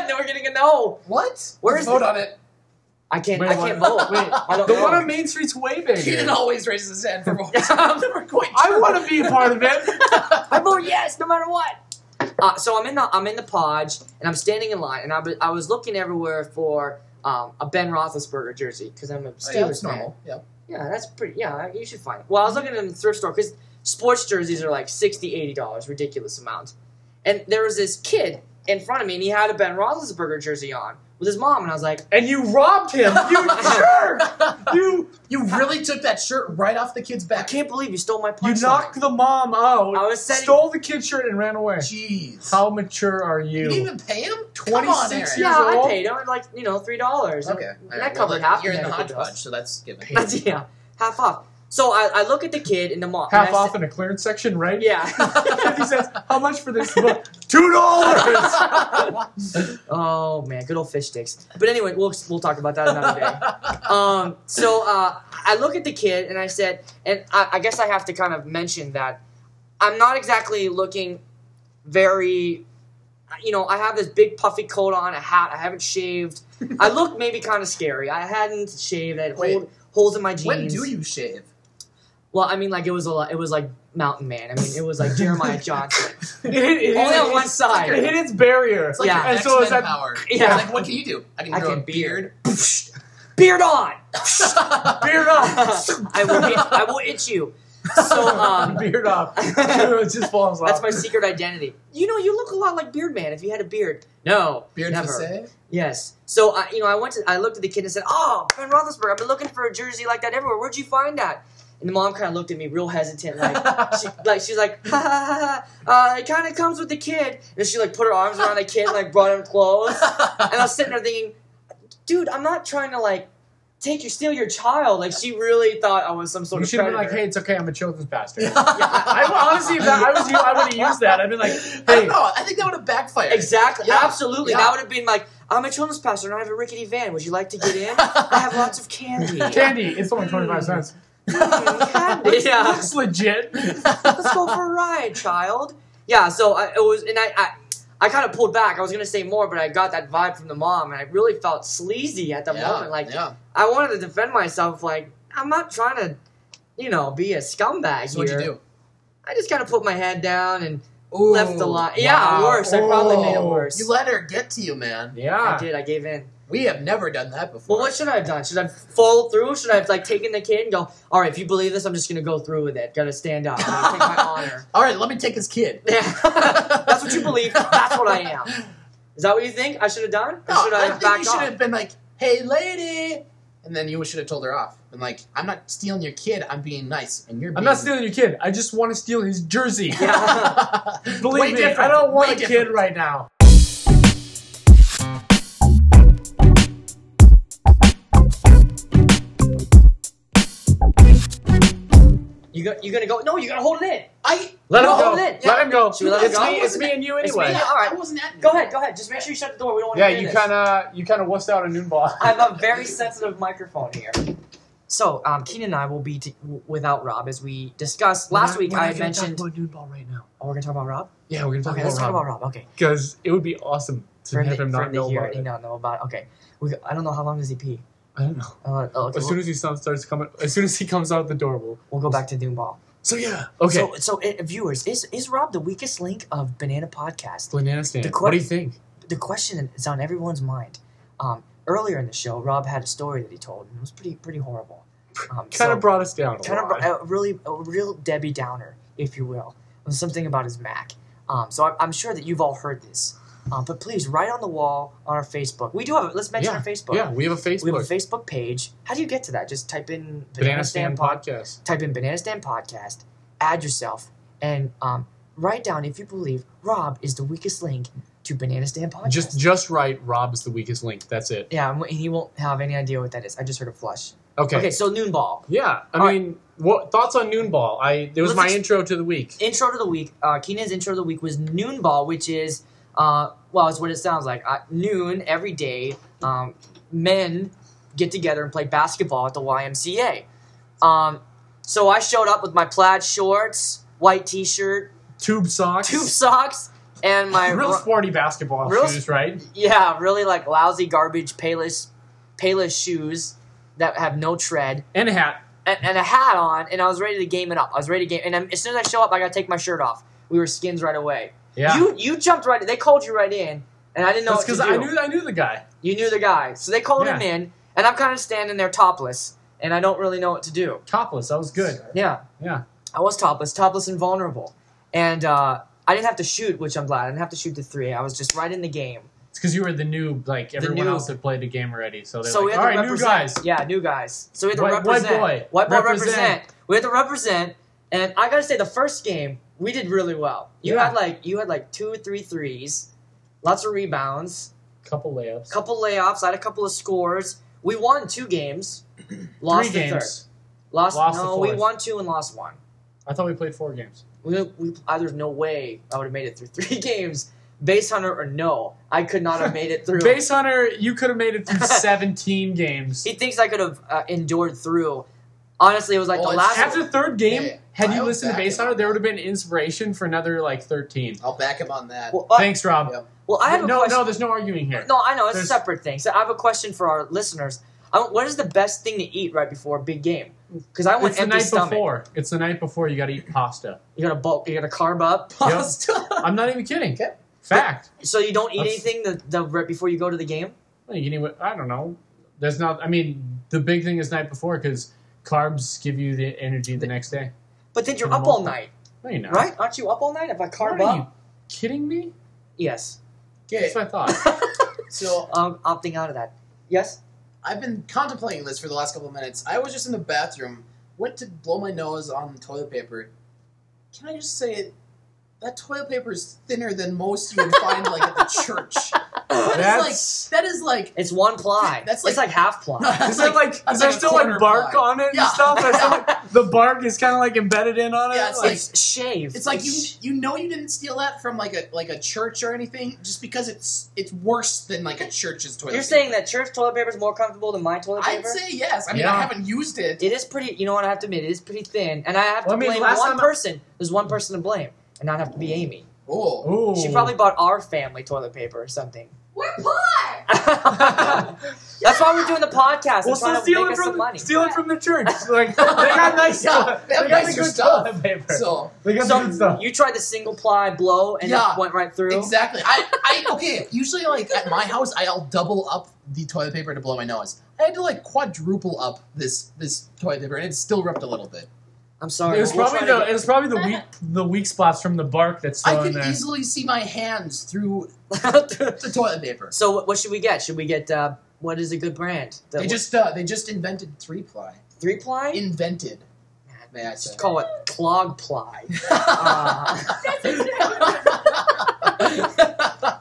Speaker 2: then we're getting a no.
Speaker 3: What?
Speaker 2: Where
Speaker 3: Let's
Speaker 2: is
Speaker 3: vote
Speaker 2: it?
Speaker 3: on it.
Speaker 2: I can't.
Speaker 1: Wait,
Speaker 2: I
Speaker 1: what?
Speaker 2: can't vote.
Speaker 1: Wait,
Speaker 2: I don't
Speaker 1: the
Speaker 2: know.
Speaker 1: one on Main Street's way
Speaker 3: Keenan
Speaker 1: bigger.
Speaker 3: always raises his hand for votes.
Speaker 2: Yeah.
Speaker 3: We're quite
Speaker 1: I
Speaker 3: sure.
Speaker 1: want to be a part of it.
Speaker 2: I vote yes, no matter what. Uh, so I'm in the I'm in the podge, and I'm standing in line, and I, was- I was looking everywhere for um, a Ben Roethlisberger jersey because I'm a
Speaker 3: Oh, yeah,
Speaker 2: Steelers
Speaker 3: that's
Speaker 2: fan.
Speaker 3: normal. Yeah.
Speaker 2: Yeah, that's pretty. Yeah, you should find it. Well, I was looking in the thrift store because sports jerseys are like 60 dollars, ridiculous amount. And there was this kid in front of me, and he had a Ben Roethlisberger jersey on with his mom, and I was like,
Speaker 1: And you robbed him. You jerk. You
Speaker 3: You really took that shirt right off the kid's
Speaker 2: I
Speaker 3: back.
Speaker 2: can't believe you stole my
Speaker 1: you
Speaker 2: punchline.
Speaker 1: knocked the mom out.
Speaker 2: I was setting-
Speaker 1: stole the kid's shirt and ran away.
Speaker 3: Jeez.
Speaker 1: How mature are
Speaker 3: you didn't
Speaker 1: you?
Speaker 3: even pay him? Come on,
Speaker 1: 26
Speaker 3: Aaron.
Speaker 1: years
Speaker 2: yeah, I
Speaker 1: old.
Speaker 2: paid him like you know three dollars.
Speaker 3: Okay.
Speaker 2: that
Speaker 3: Alright, well,
Speaker 2: covered
Speaker 3: then
Speaker 2: half.
Speaker 3: You're
Speaker 2: the
Speaker 3: in the
Speaker 2: medical bills.
Speaker 3: hodgepodge, so that's given.
Speaker 2: That's yeah, half off. So I, I look at the kid in the mom. and
Speaker 1: Half
Speaker 2: I
Speaker 1: off
Speaker 2: Say,
Speaker 1: in a clearance section, right?
Speaker 2: yeah.
Speaker 1: 50 cents. How much for this book? Two dollars.
Speaker 2: oh man, good old fish sticks. But anyway, we'll we'll talk about that another day. um, so uh, I look at the kid and I said, and I, I guess I have to kind of mention that I'm not exactly looking very, you know, I have this big puffy coat on, a hat. I haven't shaved. I look maybe kind of scary. I hadn't shaved. I had
Speaker 3: Wait.
Speaker 2: hold, holes in my jeans.
Speaker 3: When do you shave?
Speaker 2: Well, I mean, like it was a lot. It was like Mountain Man. I mean, it was like Jeremiah Johnson.
Speaker 1: It hit- it
Speaker 2: Only
Speaker 1: hit-
Speaker 2: on one side.
Speaker 1: It hit its barrier.
Speaker 3: It's like
Speaker 2: Yeah.
Speaker 3: yeah,
Speaker 1: And so is that-
Speaker 3: power.
Speaker 2: Yeah.
Speaker 3: It's like what can you do? I can
Speaker 2: I
Speaker 3: grow
Speaker 2: can
Speaker 3: a beard.
Speaker 2: Beard on.
Speaker 1: Beard off.
Speaker 2: I will. Itch, I will itch you. So um,
Speaker 1: Beard off. it just falls off.
Speaker 2: That's my secret identity. You know, you look a lot like Beard Man if you had a beard. No,
Speaker 3: beard
Speaker 2: never.
Speaker 3: to say.
Speaker 2: Yes. So I, you know, I went to, I looked at the kid and said, "Oh, Ben Roethlisberger, I've been looking for a jersey like that everywhere. Where'd you find that?" And the mom kind of looked at me real hesitant, like she, like she's like, ha, ha, ha, ha. Uh, "It kind of comes with the kid." And she like put her arms around the kid, and, like brought him close. And I was sitting there thinking, "Dude, I'm not trying to like take your steal your child." Like she really thought I was some sort
Speaker 1: You
Speaker 2: of
Speaker 1: should have been
Speaker 2: predator.
Speaker 1: like, hey, it's okay. I'm a children's pastor.
Speaker 2: I-
Speaker 1: I honestly, if that, I was you, I would have used that. I'd been like,
Speaker 3: I
Speaker 1: hey,
Speaker 3: don't know. I think that would have backfired.
Speaker 2: Exactly.
Speaker 3: Yeah.
Speaker 2: Absolutely.
Speaker 3: Yeah.
Speaker 2: That would have been like, I'm a children's pastor and I have a rickety van. Would you like to get in? I have lots of candy.
Speaker 1: candy. It's only twenty five cents.
Speaker 2: Mm, candy. Yeah.
Speaker 1: Looks legit.
Speaker 2: Let's go for a ride, child. Yeah, so I, it was, and I, I, I kind of pulled back. I was going to say more, but I got that vibe from the mom and I really felt sleazy at the
Speaker 3: Yeah,
Speaker 2: moment. Like,
Speaker 3: yeah.
Speaker 2: I wanted to defend myself. Like, I'm not trying to, you know, be a scumbag
Speaker 3: So
Speaker 2: here.
Speaker 3: what'd you do?
Speaker 2: I just kind of put my head down and
Speaker 3: Ooh,
Speaker 2: left the lot. Yeah,
Speaker 3: wow.
Speaker 2: worse. I probably made it
Speaker 1: Oh.
Speaker 2: worse.
Speaker 3: You let her get to you, man.
Speaker 1: Yeah.
Speaker 2: I did. I gave in.
Speaker 3: We have never done that before.
Speaker 2: Well, what should I have done? Should I have followed through? Should I have like taken the kid and go, all right, if you believe this, I'm just gonna go through with it. Gotta stand up. Gotta take my honor.
Speaker 3: All right, let me take his kid.
Speaker 2: Yeah. that's what you believe. That's what I am. Is that what you think I should have done? Or
Speaker 3: No,
Speaker 2: should I,
Speaker 3: I
Speaker 2: have
Speaker 3: think you
Speaker 2: backed
Speaker 3: should
Speaker 2: off?
Speaker 3: have been like, "Hey, lady," and then you should have told her off. And like, I'm not stealing your kid. I'm being nice, and you're.
Speaker 1: I'm
Speaker 3: being...
Speaker 1: not stealing your kid. I just want to steal his jersey.
Speaker 2: Yeah.
Speaker 1: Believe
Speaker 3: Way
Speaker 1: me,
Speaker 3: different.
Speaker 1: I don't want
Speaker 3: Way
Speaker 1: a
Speaker 3: different.
Speaker 1: kid right now.
Speaker 2: You go, you're gonna go, no, you gotta hold it in.
Speaker 3: I
Speaker 1: Let
Speaker 2: No,
Speaker 1: him go.
Speaker 2: hold it.
Speaker 1: Let him go.
Speaker 2: Should we let him
Speaker 1: it's
Speaker 2: go?
Speaker 1: me. It's me and you
Speaker 2: It's me
Speaker 1: anyway.
Speaker 2: and you. All right.
Speaker 3: I wasn't at.
Speaker 2: Go ahead, go ahead. Just make sure you shut the door. We don't want
Speaker 1: Yeah,
Speaker 2: to hear
Speaker 1: you
Speaker 2: this.
Speaker 1: kind of you kind of wussed out a noon ball.
Speaker 2: I have a very sensitive microphone here. So, um, Keenan and I will be t- w- without Rob as we discussed last week. I had mentioned.
Speaker 1: about noon ball right now.
Speaker 2: Oh, we're gonna talk about Rob.
Speaker 1: Yeah, we're gonna talk
Speaker 2: Okay, let's
Speaker 1: about
Speaker 2: talk
Speaker 1: Rob
Speaker 2: about Rob. Okay.
Speaker 1: because it would be awesome to
Speaker 2: for him
Speaker 1: have
Speaker 2: to,
Speaker 1: him
Speaker 2: for him
Speaker 1: not
Speaker 2: to
Speaker 1: know
Speaker 2: hear
Speaker 1: about
Speaker 2: it, and
Speaker 1: it.
Speaker 2: not know about. Okay, we, I don't know how long does he pee.
Speaker 1: I don't know.
Speaker 2: Uh, okay,
Speaker 1: As
Speaker 2: we'll,
Speaker 1: soon as he sound- starts coming, as soon as he comes out the door, we'll.
Speaker 2: we'll go back to Doomball.
Speaker 1: So yeah. Okay.
Speaker 2: So, so uh, viewers, is is Rob the weakest link of Banana Podcast?
Speaker 1: Banana stand.
Speaker 2: The
Speaker 1: what do
Speaker 2: que-
Speaker 1: you think?
Speaker 2: The question is on everyone's mind. Um, earlier in the show, Rob had a story that he told, and it was pretty pretty horrible. Um,
Speaker 1: Kind of brought us down. a
Speaker 2: kind
Speaker 1: lot.
Speaker 2: of a really a real Debbie Downer, if you will. It was something about his Mac. Um, so I, I'm sure that you've all heard this. Um, but please write on the wall on our Facebook. We do have. Let's mention our Facebook.
Speaker 1: Yeah, we have a Facebook.
Speaker 2: We have a Facebook page. How do you get to that? Just type in
Speaker 1: Banana Stand Podcast.
Speaker 2: Type in Banana Stand Podcast. Add yourself and um, write down if you believe Rob is the weakest link to Banana Stand Podcast.
Speaker 1: Just just right. Rob is the weakest link. That's it.
Speaker 2: yeah, and he won't have any idea what that is. I just heard a flush.
Speaker 1: Okay.
Speaker 2: Okay, so noon ball.
Speaker 1: Yeah, I
Speaker 2: All right.
Speaker 1: mean, what thoughts on noon ball? I it was
Speaker 2: Let's
Speaker 1: my
Speaker 2: ex-
Speaker 1: intro to the week.
Speaker 2: Intro to the week. Uh, Keenan's intro of the week was noon ball, which is uh, well, it's what it sounds like. Uh, noon every day, um, men get together and play basketball at the YMCA. Um, so I showed up with my plaid shorts, white T-shirt,
Speaker 1: Tube socks.
Speaker 2: tube socks, and my
Speaker 1: Real
Speaker 2: ro-
Speaker 1: sporty basketball
Speaker 2: Real
Speaker 1: shoes, right?
Speaker 2: yeah, really like lousy garbage Payless Payless shoes that have no tread
Speaker 1: And a hat.
Speaker 2: and, and a hat on, and I was ready to game it up. I was ready to game, and i as soon as I show up, I got to take my shirt off. We were skins right away.
Speaker 1: Yeah.
Speaker 2: You you jumped right. They called you right in, and I didn't know
Speaker 1: That's
Speaker 2: what to
Speaker 1: because
Speaker 2: do.
Speaker 1: I knew I knew the guy.
Speaker 2: you knew the guy, so they called
Speaker 1: Yeah.
Speaker 2: him in, and I'm kind of standing there topless, and I don't really know what to do.
Speaker 1: Topless. That was good.
Speaker 2: Yeah,
Speaker 1: Yeah.
Speaker 2: I was topless, topless and vulnerable, and uh, I didn't have to shoot, which I'm glad. I didn't have to shoot the three. I was just right in the game.
Speaker 1: It's because you were the new, like everyone
Speaker 2: new-
Speaker 1: else had played the game already. So they're
Speaker 2: so
Speaker 1: like,
Speaker 2: we had
Speaker 1: all
Speaker 2: to
Speaker 1: right, new
Speaker 2: represent.
Speaker 1: guys.
Speaker 2: Yeah, new guys. So we had to
Speaker 1: White- white
Speaker 2: represent.
Speaker 1: boy.
Speaker 2: White represent.
Speaker 1: Represent.
Speaker 2: We had to represent, and I gotta say, the first game we did really well. You
Speaker 1: Yeah.
Speaker 2: had like you had like two or three threes, lots of rebounds,
Speaker 1: Couple layups.
Speaker 2: couple layuffs. I had a couple of scores. We won two games,
Speaker 1: Three
Speaker 2: lost the
Speaker 1: games.
Speaker 2: third. Lost,
Speaker 1: Lost the
Speaker 2: no, we
Speaker 1: fourth.
Speaker 2: won two and lost one.
Speaker 1: I thought we played four games.
Speaker 2: We, we, I, there's no way I would have made it through three games. Base Hunter or no, I could not have made it through.
Speaker 1: Base Hunter, you could have made it through 17 games.
Speaker 2: he thinks I could have uh, endured through. Honestly, it was like
Speaker 3: Well,
Speaker 2: the
Speaker 3: it's-
Speaker 2: last.
Speaker 1: After the third game,
Speaker 3: Yeah,
Speaker 1: had
Speaker 3: I
Speaker 1: you
Speaker 3: was
Speaker 1: listened to
Speaker 3: back
Speaker 1: Base
Speaker 3: in.
Speaker 1: Hunter, there would have been inspiration for another like 13.
Speaker 3: I'll back him on that.
Speaker 2: well, I,
Speaker 1: Thanks, Rob.
Speaker 3: Yeah.
Speaker 2: well, I have a
Speaker 1: no,
Speaker 2: question.
Speaker 1: no, there's no arguing here.
Speaker 2: No, I know it's
Speaker 1: There's-
Speaker 2: separate things. So I have a question for our listeners. I, what is the best thing to eat right before a big game? Because I went
Speaker 1: it's the
Speaker 2: empty
Speaker 1: night
Speaker 2: stomach.
Speaker 1: before. It's the night before. You got to eat pasta.
Speaker 2: You gotta bulk. You gotta carb up,
Speaker 3: Pasta.
Speaker 1: I'm not even kidding.
Speaker 3: Okay.
Speaker 1: Fact.
Speaker 2: so you don't eat
Speaker 1: That's-
Speaker 2: anything the, the right before you go to the game.
Speaker 1: Like, you know, I don't know. There's not. I mean, the big thing is night before because carbs give you the energy the next day.
Speaker 2: But then you're
Speaker 1: For the
Speaker 2: up all
Speaker 1: most part.
Speaker 2: night,
Speaker 1: No, you're not.
Speaker 2: right? Aren't you up all night if I carb
Speaker 1: What are you
Speaker 2: up?
Speaker 1: kidding me?
Speaker 2: Yes.
Speaker 3: Okay,
Speaker 1: That's what I thought.
Speaker 3: so
Speaker 2: I'm opting out of that. Yes.
Speaker 3: I've been contemplating this for the last couple of minutes. I was just in the bathroom, went to blow my nose on toilet paper. Can I just say that toilet paper is thinner than most you would find like at the church. That
Speaker 1: That's-
Speaker 3: is like that is like
Speaker 2: It's one ply.
Speaker 3: That's
Speaker 2: it's
Speaker 3: like-
Speaker 2: like half ply.
Speaker 1: Is there like,
Speaker 3: that's
Speaker 1: is there
Speaker 3: like a
Speaker 1: still like
Speaker 3: quarter
Speaker 1: bark
Speaker 3: pie.
Speaker 1: on it and
Speaker 3: Yeah.
Speaker 1: stuff? There's still, like, the bark is kind of like embedded in on it.
Speaker 3: Yeah, it's
Speaker 1: Like,
Speaker 3: like-
Speaker 2: it's shaved.
Speaker 3: It's like you you know you didn't steal that from like a like a church or anything just because it's it's worse than like a church's toilet.
Speaker 2: You're
Speaker 3: paper.
Speaker 2: saying that church toilet paper is more comfortable than my toilet
Speaker 3: I'd
Speaker 2: paper?
Speaker 3: say yes. I mean
Speaker 1: Yeah.
Speaker 3: I haven't used it.
Speaker 2: It is pretty. You know what I have to admit? It is pretty thin, and I have to
Speaker 1: Well, I mean,
Speaker 2: blame
Speaker 1: last
Speaker 2: one
Speaker 1: time I-
Speaker 2: person. There's one person to blame, and not have to be Amy.
Speaker 3: Oh.
Speaker 1: ooh.
Speaker 2: She probably bought our family toilet paper or something.
Speaker 4: We're poor.
Speaker 2: That's why we're doing the podcast.
Speaker 1: well,
Speaker 2: and
Speaker 1: so
Speaker 2: trying to
Speaker 1: steal it
Speaker 2: make us some
Speaker 1: from
Speaker 2: money.
Speaker 1: steal it from the church. Like they got nice
Speaker 3: Yeah,
Speaker 1: stuff.
Speaker 3: they have
Speaker 1: got
Speaker 3: nicer
Speaker 1: good
Speaker 3: stuff.
Speaker 1: toilet paper.
Speaker 3: So
Speaker 1: they got
Speaker 2: So
Speaker 1: good stuff.
Speaker 2: you tried the single ply blow and
Speaker 3: Yeah,
Speaker 2: it went right through.
Speaker 3: Exactly. I, I okay. Usually, like at my house, I'll double up the toilet paper to blow my nose. I had to like quadruple up this this toilet paper, and it still ripped a little bit.
Speaker 2: I'm sorry.
Speaker 1: It was
Speaker 2: we'll
Speaker 1: probably
Speaker 2: try to
Speaker 1: the
Speaker 2: get-
Speaker 1: it was probably the weak the weak spots from the bark that's still
Speaker 3: I
Speaker 1: in
Speaker 3: could
Speaker 1: there.
Speaker 3: easily see my hands through the toilet paper.
Speaker 2: so what, what should we get? Should we get uh, what is a good brand? The
Speaker 3: They just uh, they just invented three ply.
Speaker 2: three ply.
Speaker 3: Invented. May I say?
Speaker 2: just call it clog ply. Uh,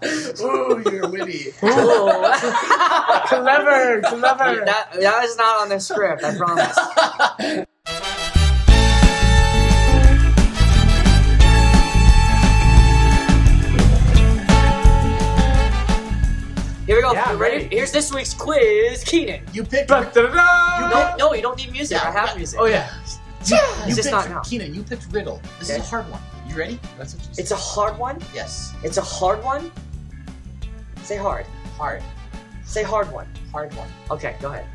Speaker 3: Ooh, you're witty.
Speaker 2: Ooh.
Speaker 1: clever, clever.
Speaker 2: that, that is not on the script. I promise. Here we go.
Speaker 1: Yeah,
Speaker 2: You ready?
Speaker 1: ready.
Speaker 2: Here's this week's quiz, Keenan.
Speaker 3: You picked.
Speaker 1: Ba-da-da!
Speaker 2: No, no, you don't need music.
Speaker 3: Yeah,
Speaker 2: I have
Speaker 3: yeah.
Speaker 2: music.
Speaker 1: Oh yeah,
Speaker 3: you, you
Speaker 2: It's just
Speaker 3: picked
Speaker 2: not now.
Speaker 3: Keenan. You picked Riddle. This
Speaker 2: Okay.
Speaker 3: is a hard one. You ready? That's what you said.
Speaker 2: It's a hard one.
Speaker 3: yes.
Speaker 2: It's a hard one. Say hard.
Speaker 3: Hard.
Speaker 2: Say hard one.
Speaker 3: Hard one.
Speaker 2: Okay, go ahead.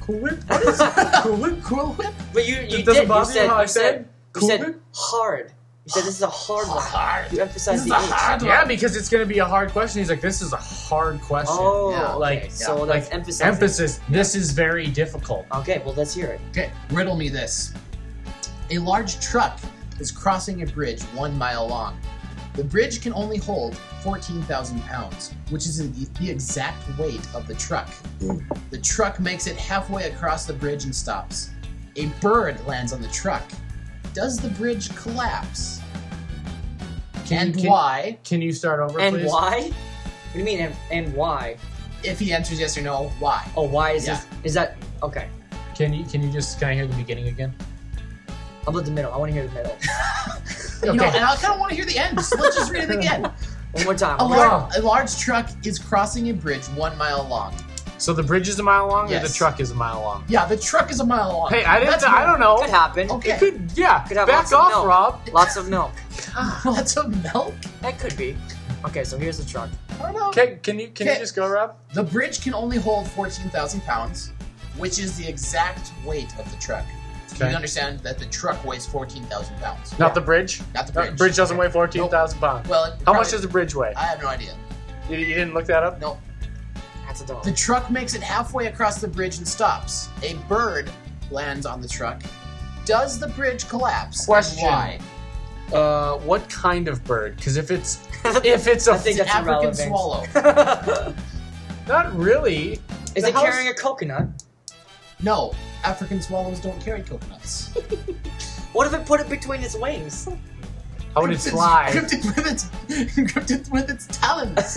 Speaker 1: cool whip. What is it? cool whip?
Speaker 3: Cool whip.
Speaker 2: But you,
Speaker 1: Does
Speaker 2: you
Speaker 1: it
Speaker 2: did. You
Speaker 1: bother you
Speaker 2: said,
Speaker 1: how I
Speaker 2: you said,
Speaker 1: said
Speaker 2: you
Speaker 1: cool
Speaker 2: said
Speaker 1: whip?
Speaker 2: hard. You said this is a hard one.
Speaker 3: Hard.
Speaker 2: You
Speaker 3: This
Speaker 2: emphasized
Speaker 3: is
Speaker 2: the
Speaker 3: a
Speaker 2: H.
Speaker 3: hard one.
Speaker 1: Yeah, because it's gonna be a hard question. He's like, this is a hard question.
Speaker 2: Oh,
Speaker 3: Yeah,
Speaker 1: like,
Speaker 2: okay. So
Speaker 1: like,
Speaker 2: that's emphasis.
Speaker 1: Emphasis. This is very difficult.
Speaker 2: Okay, well let's hear it.
Speaker 3: Okay, riddle me this. A large truck is crossing a bridge one mile long. The bridge can only hold 14,000 pounds, which is the the exact weight of the truck. The truck makes it halfway across the bridge and stops. A bird lands on the truck. Does the bridge collapse?
Speaker 1: Can,
Speaker 3: and
Speaker 1: can,
Speaker 3: why?
Speaker 1: Can you start over,
Speaker 2: And
Speaker 1: please?
Speaker 2: why? What do you mean? And, and why?
Speaker 3: If he answers yes or no, why?
Speaker 2: Oh, why is
Speaker 3: Yeah.
Speaker 2: this? Is that okay?
Speaker 1: Can you can you just can I hear the beginning again?
Speaker 2: How about the middle? I want to hear the middle.
Speaker 3: You know,
Speaker 1: Okay.
Speaker 3: and I kind of want to hear the end. So let's just read it again.
Speaker 2: One more time.
Speaker 3: A,
Speaker 1: Oh,
Speaker 2: One more time.
Speaker 3: lar- a large truck is crossing a bridge one mile long.
Speaker 1: So the bridge is a mile long, or the
Speaker 3: Yes.
Speaker 1: truck is a mile long.
Speaker 3: Yeah, the truck is a mile long.
Speaker 1: Hey, I didn't.
Speaker 3: That's
Speaker 1: I don't know.
Speaker 2: Could happen.
Speaker 3: Okay.
Speaker 1: It could. Yeah.
Speaker 2: Could have
Speaker 1: Back
Speaker 2: lots of
Speaker 1: off,
Speaker 2: milk. Ah.
Speaker 1: Rob.
Speaker 2: Lots of milk.
Speaker 3: That's a milk?
Speaker 2: That could be. Okay, so here's the truck.
Speaker 3: I don't know.
Speaker 1: Okay. Can you can you
Speaker 3: Okay.
Speaker 1: just go, Rob?
Speaker 3: The bridge can only hold 14,000 pounds, which is the exact weight of the truck. So
Speaker 1: Okay.
Speaker 3: you understand that the truck weighs 14,000 pounds.
Speaker 1: Not the bridge.
Speaker 3: Not the
Speaker 1: No,
Speaker 3: bridge.
Speaker 1: bridge doesn't weigh fourteen thousand pounds.
Speaker 3: Well, it
Speaker 1: How
Speaker 3: probably-
Speaker 1: much does the bridge weigh?
Speaker 3: I have no idea.
Speaker 1: You, you didn't look that up.
Speaker 3: No.
Speaker 2: That's a
Speaker 3: The
Speaker 2: dollar.
Speaker 3: truck makes it halfway across the bridge and stops. A bird lands on the truck. Does the bridge collapse? and
Speaker 1: Question.
Speaker 3: Why?
Speaker 1: Uh, what kind of bird? Because if it's if it's
Speaker 2: I
Speaker 1: a
Speaker 2: think that's
Speaker 3: African
Speaker 2: irrelevant.
Speaker 3: swallow.
Speaker 1: not really.
Speaker 2: Is
Speaker 1: The
Speaker 2: it
Speaker 1: house-
Speaker 2: carrying a coconut?
Speaker 3: No, African swallows don't carry coconuts.
Speaker 2: What if it put it between its wings?
Speaker 1: How would it
Speaker 3: Encrypted-
Speaker 1: fly?
Speaker 3: Encrypted with its, encrypted with its talons.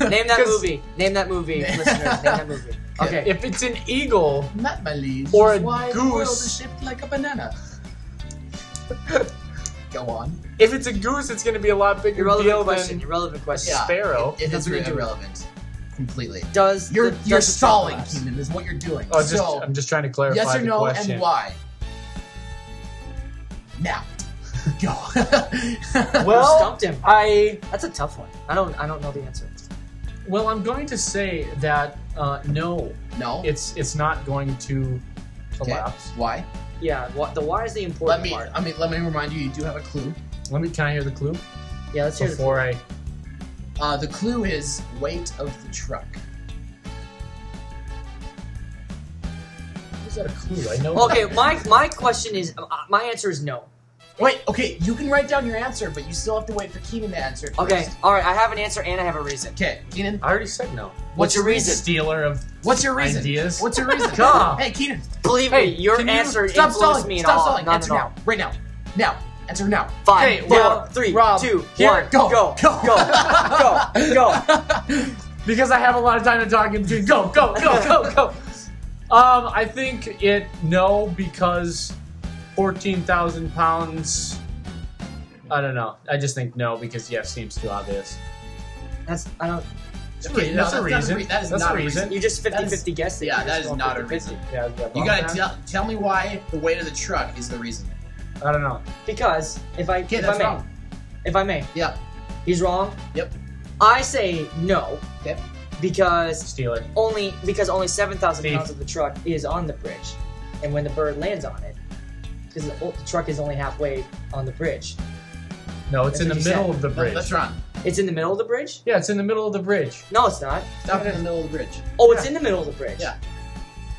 Speaker 2: Name that
Speaker 1: 'Cause-
Speaker 2: movie. Name that movie, listeners. Name that movie.
Speaker 1: Okay. If it's an eagle,
Speaker 3: Not my leaves.
Speaker 1: Or
Speaker 3: is
Speaker 1: a
Speaker 3: why the
Speaker 1: goose.
Speaker 3: world is shaped like a banana. Go on.
Speaker 1: if it's a goose, it's going to be a lot bigger
Speaker 2: Irrelevant
Speaker 1: deal
Speaker 2: question.
Speaker 1: than
Speaker 2: Irrelevant
Speaker 1: a
Speaker 2: question.
Speaker 3: Yeah.
Speaker 1: sparrow.
Speaker 3: It is
Speaker 2: That's
Speaker 3: really
Speaker 2: ridiculous.
Speaker 3: irrelevant. Completely.
Speaker 2: Does
Speaker 3: You're
Speaker 2: does
Speaker 3: you're
Speaker 2: the
Speaker 3: stalling,
Speaker 2: sunrise-
Speaker 3: Keenan, is what you're doing.
Speaker 1: Oh, just,
Speaker 3: so
Speaker 1: I'm just trying to clarify
Speaker 3: yes or
Speaker 1: the
Speaker 3: no
Speaker 1: question.
Speaker 3: and why? Now. Go.
Speaker 2: You
Speaker 1: Well,
Speaker 2: stumped him.
Speaker 1: I
Speaker 2: That's a tough one. I don't I don't know the answer.
Speaker 1: well, I'm going to say that uh, no,
Speaker 3: no.
Speaker 1: it's it's not going to
Speaker 3: Okay.
Speaker 1: collapse.
Speaker 3: Why?
Speaker 2: Yeah, what, the why is the important
Speaker 3: Let me
Speaker 2: part.
Speaker 3: I mean let me remind you you do have a clue.
Speaker 1: Let me. Can I hear the clue
Speaker 2: Yeah, let's hear the
Speaker 1: before I?
Speaker 3: Uh, the clue is weight of the truck.
Speaker 1: Is that a clue? I know.
Speaker 2: Okay, my my question is uh, my answer is no.
Speaker 3: Wait, okay, you can write down your answer, but you still have to wait for Keenan to answer. it
Speaker 2: Okay,
Speaker 3: first.
Speaker 2: all right, I have an answer and I have a reason.
Speaker 3: Okay, Keenan,
Speaker 1: I already said no.
Speaker 3: what's your reason?
Speaker 1: Stealer of
Speaker 3: What's your reason?
Speaker 1: Ideas?
Speaker 3: What's your reason?
Speaker 2: God.
Speaker 3: Hey, Keenan,
Speaker 2: Believe
Speaker 1: Hey,
Speaker 2: me, your
Speaker 1: can you
Speaker 2: answer
Speaker 3: stop
Speaker 2: influenced
Speaker 3: stalling.
Speaker 2: me at
Speaker 3: stop
Speaker 2: all.
Speaker 3: stalling.
Speaker 2: Not
Speaker 3: answer
Speaker 2: at all.
Speaker 3: now, right now, now. Answer now.
Speaker 2: Five,
Speaker 1: Okay,
Speaker 2: four,
Speaker 1: well,
Speaker 2: three,
Speaker 1: Rob,
Speaker 2: two,
Speaker 1: here-
Speaker 2: one,
Speaker 3: go,
Speaker 2: go,
Speaker 3: go.
Speaker 2: go, go, go.
Speaker 1: because I have a lot of time to talk in between. Go, go, go, go, go. Um, I think it no because fourteen thousand pounds. I don't know. I just think no because yes seems too obvious.
Speaker 2: That's I don't.
Speaker 1: That's,
Speaker 3: Okay, no,
Speaker 1: a
Speaker 3: that's not a
Speaker 1: reason.
Speaker 3: re- that is
Speaker 1: that's
Speaker 3: not
Speaker 1: a
Speaker 3: a
Speaker 1: reason.
Speaker 2: You just 50
Speaker 3: That is-
Speaker 2: 50 guessing.
Speaker 3: yeah,
Speaker 2: You're
Speaker 3: that
Speaker 2: just
Speaker 3: is
Speaker 2: going
Speaker 3: not a
Speaker 2: 50-50.
Speaker 3: reason.
Speaker 1: Yeah, is that
Speaker 3: You
Speaker 1: wrong,
Speaker 3: gotta
Speaker 1: man?
Speaker 3: tell tell me why the weight of the truck is the reason.
Speaker 1: I don't know.
Speaker 2: Because if I
Speaker 3: Okay,
Speaker 2: if I
Speaker 3: that's
Speaker 2: may,
Speaker 3: wrong.
Speaker 2: if I may,
Speaker 3: Yeah.
Speaker 2: he's wrong.
Speaker 3: Yep.
Speaker 2: I say no
Speaker 3: Okay.
Speaker 2: because
Speaker 1: Stealer.
Speaker 2: only because only seven thousand
Speaker 1: Steve.
Speaker 2: pounds of the truck is on the bridge, and when the bird lands on it, because the, the truck is only halfway on the bridge.
Speaker 1: No, it's
Speaker 2: That's
Speaker 1: in the
Speaker 2: what you
Speaker 1: middle
Speaker 2: said.
Speaker 1: of the
Speaker 3: No,
Speaker 1: bridge.
Speaker 3: that's wrong.
Speaker 2: It's in the middle of the bridge.
Speaker 1: Yeah, it's in the middle of the bridge.
Speaker 2: No, it's not.
Speaker 3: Stop in the middle of the bridge.
Speaker 2: Oh, it's
Speaker 1: Yeah.
Speaker 2: in the middle of the bridge.
Speaker 3: Yeah.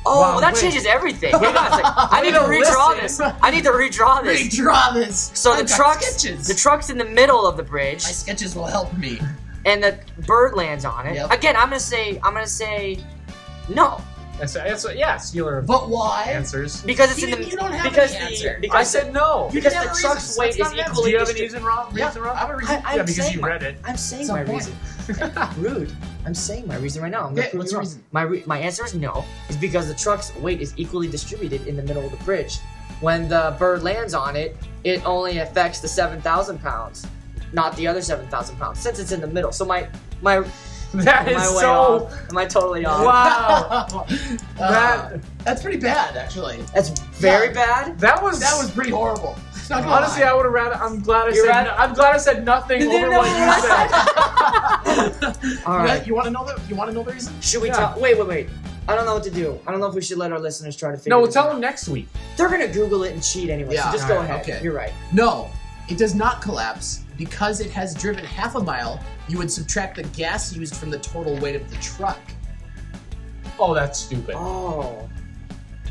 Speaker 2: Oh,
Speaker 1: Wow,
Speaker 2: well, that
Speaker 1: wait.
Speaker 2: changes everything. Hang on a second. I need to
Speaker 3: Wait,
Speaker 2: redraw
Speaker 3: listen.
Speaker 2: this. I need to redraw this.
Speaker 3: Redraw this.
Speaker 2: So the
Speaker 3: I've got
Speaker 2: truck-
Speaker 3: sketches.
Speaker 2: The truck's in the middle of the bridge,
Speaker 3: My sketches will help me.
Speaker 2: and the bird lands on it.
Speaker 3: Yep.
Speaker 2: Again, I'm gonna say, I'm gonna say, no,
Speaker 1: That's, that's yeah, stealer of
Speaker 3: But why?
Speaker 1: answers.
Speaker 2: because it's
Speaker 3: You-
Speaker 2: in the
Speaker 3: you don't have
Speaker 2: because
Speaker 3: any
Speaker 2: the
Speaker 3: answer.
Speaker 1: I
Speaker 2: because
Speaker 1: said no.
Speaker 2: because
Speaker 3: You have a
Speaker 2: the
Speaker 3: reason.
Speaker 2: truck's weight
Speaker 3: That's
Speaker 2: is
Speaker 3: not an answer.
Speaker 1: Do
Speaker 2: equally.
Speaker 1: you have an
Speaker 2: distri-
Speaker 1: easy wrong?
Speaker 3: Yeah,
Speaker 1: reason wrong?
Speaker 3: I have a reason.
Speaker 2: I, I'm
Speaker 1: yeah, because
Speaker 2: saying
Speaker 1: you
Speaker 2: my-
Speaker 1: read it.
Speaker 2: I'm saying
Speaker 3: It's
Speaker 2: my
Speaker 3: not
Speaker 2: reason. Rude. I'm saying my reason right now. I'm gonna
Speaker 3: Okay,
Speaker 2: prove
Speaker 3: what's
Speaker 2: you
Speaker 3: your
Speaker 2: wrong.
Speaker 3: reason?
Speaker 2: My re- my answer is no. Is because the truck's weight is equally distributed in the middle of the bridge. When the bird lands on it, it only affects the seven thousand pounds, not the other seven thousand pounds, since it's in the middle. So my my
Speaker 1: That
Speaker 2: am
Speaker 1: is
Speaker 2: I way
Speaker 1: so
Speaker 2: off? Am I totally off?
Speaker 1: wow.
Speaker 2: Oh.
Speaker 3: Uh,
Speaker 1: That-
Speaker 3: that's pretty bad, actually.
Speaker 2: That's very bad.
Speaker 1: That was
Speaker 3: That was pretty horrible. Not gonna
Speaker 1: honestly.
Speaker 3: lie.
Speaker 1: I would have rather. I'm glad I
Speaker 2: You're
Speaker 1: said.
Speaker 2: right.
Speaker 1: No, I'm glad I said nothing
Speaker 2: You
Speaker 1: over
Speaker 2: didn't
Speaker 1: what
Speaker 2: know
Speaker 1: you
Speaker 2: what I
Speaker 1: said.
Speaker 2: All
Speaker 3: You-
Speaker 2: right.
Speaker 3: You want to know the? You want to know the reason?
Speaker 2: Should we
Speaker 1: Yeah.
Speaker 2: talk? Wait, wait, wait. I don't know what to do. I don't know if we should let our listeners try to figure.
Speaker 1: No, we'll
Speaker 2: this
Speaker 1: tell
Speaker 2: out.
Speaker 1: them next week.
Speaker 2: They're gonna Google it and cheat anyway.
Speaker 3: Yeah,
Speaker 2: so just
Speaker 1: all
Speaker 2: go
Speaker 1: right,
Speaker 2: ahead.
Speaker 3: okay.
Speaker 2: You're right.
Speaker 3: No, it does not collapse because it has driven half a mile. You would subtract the gas used from the total weight of the truck.
Speaker 1: Oh, that's stupid.
Speaker 2: Oh.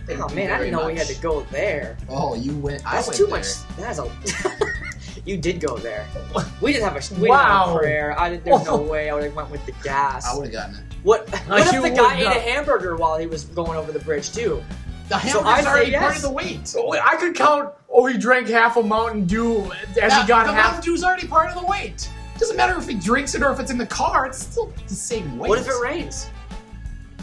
Speaker 3: Thank
Speaker 2: Oh
Speaker 3: you
Speaker 2: man, I
Speaker 3: very
Speaker 2: didn't know we
Speaker 3: much.
Speaker 2: had to go there.
Speaker 3: Oh, you went. I
Speaker 2: That's
Speaker 3: went
Speaker 2: too
Speaker 3: there.
Speaker 2: much. That's a. you did go there. We didn't have a. We didn't
Speaker 1: Wow.
Speaker 2: have a prayer. I didn't. There's no
Speaker 1: Oh.
Speaker 2: way I would have went with the gas.
Speaker 3: I would have gotten it.
Speaker 2: What?
Speaker 1: No,
Speaker 2: What
Speaker 1: you
Speaker 2: if the guy
Speaker 1: would
Speaker 2: ate
Speaker 1: not.
Speaker 2: a hamburger while he was going over the bridge too?
Speaker 3: The
Speaker 2: So
Speaker 3: hamburger's
Speaker 2: I say
Speaker 3: already
Speaker 2: yes.
Speaker 3: part of the weight.
Speaker 1: Oh, wait, I could count. Oh, he drank half a Mountain Dew as
Speaker 3: Now,
Speaker 1: he got
Speaker 3: the
Speaker 1: half.
Speaker 3: Mountain Dew's already part of the weight. Doesn't matter if he drinks it or if it's in the car. It's still the same weight.
Speaker 2: What if it rains?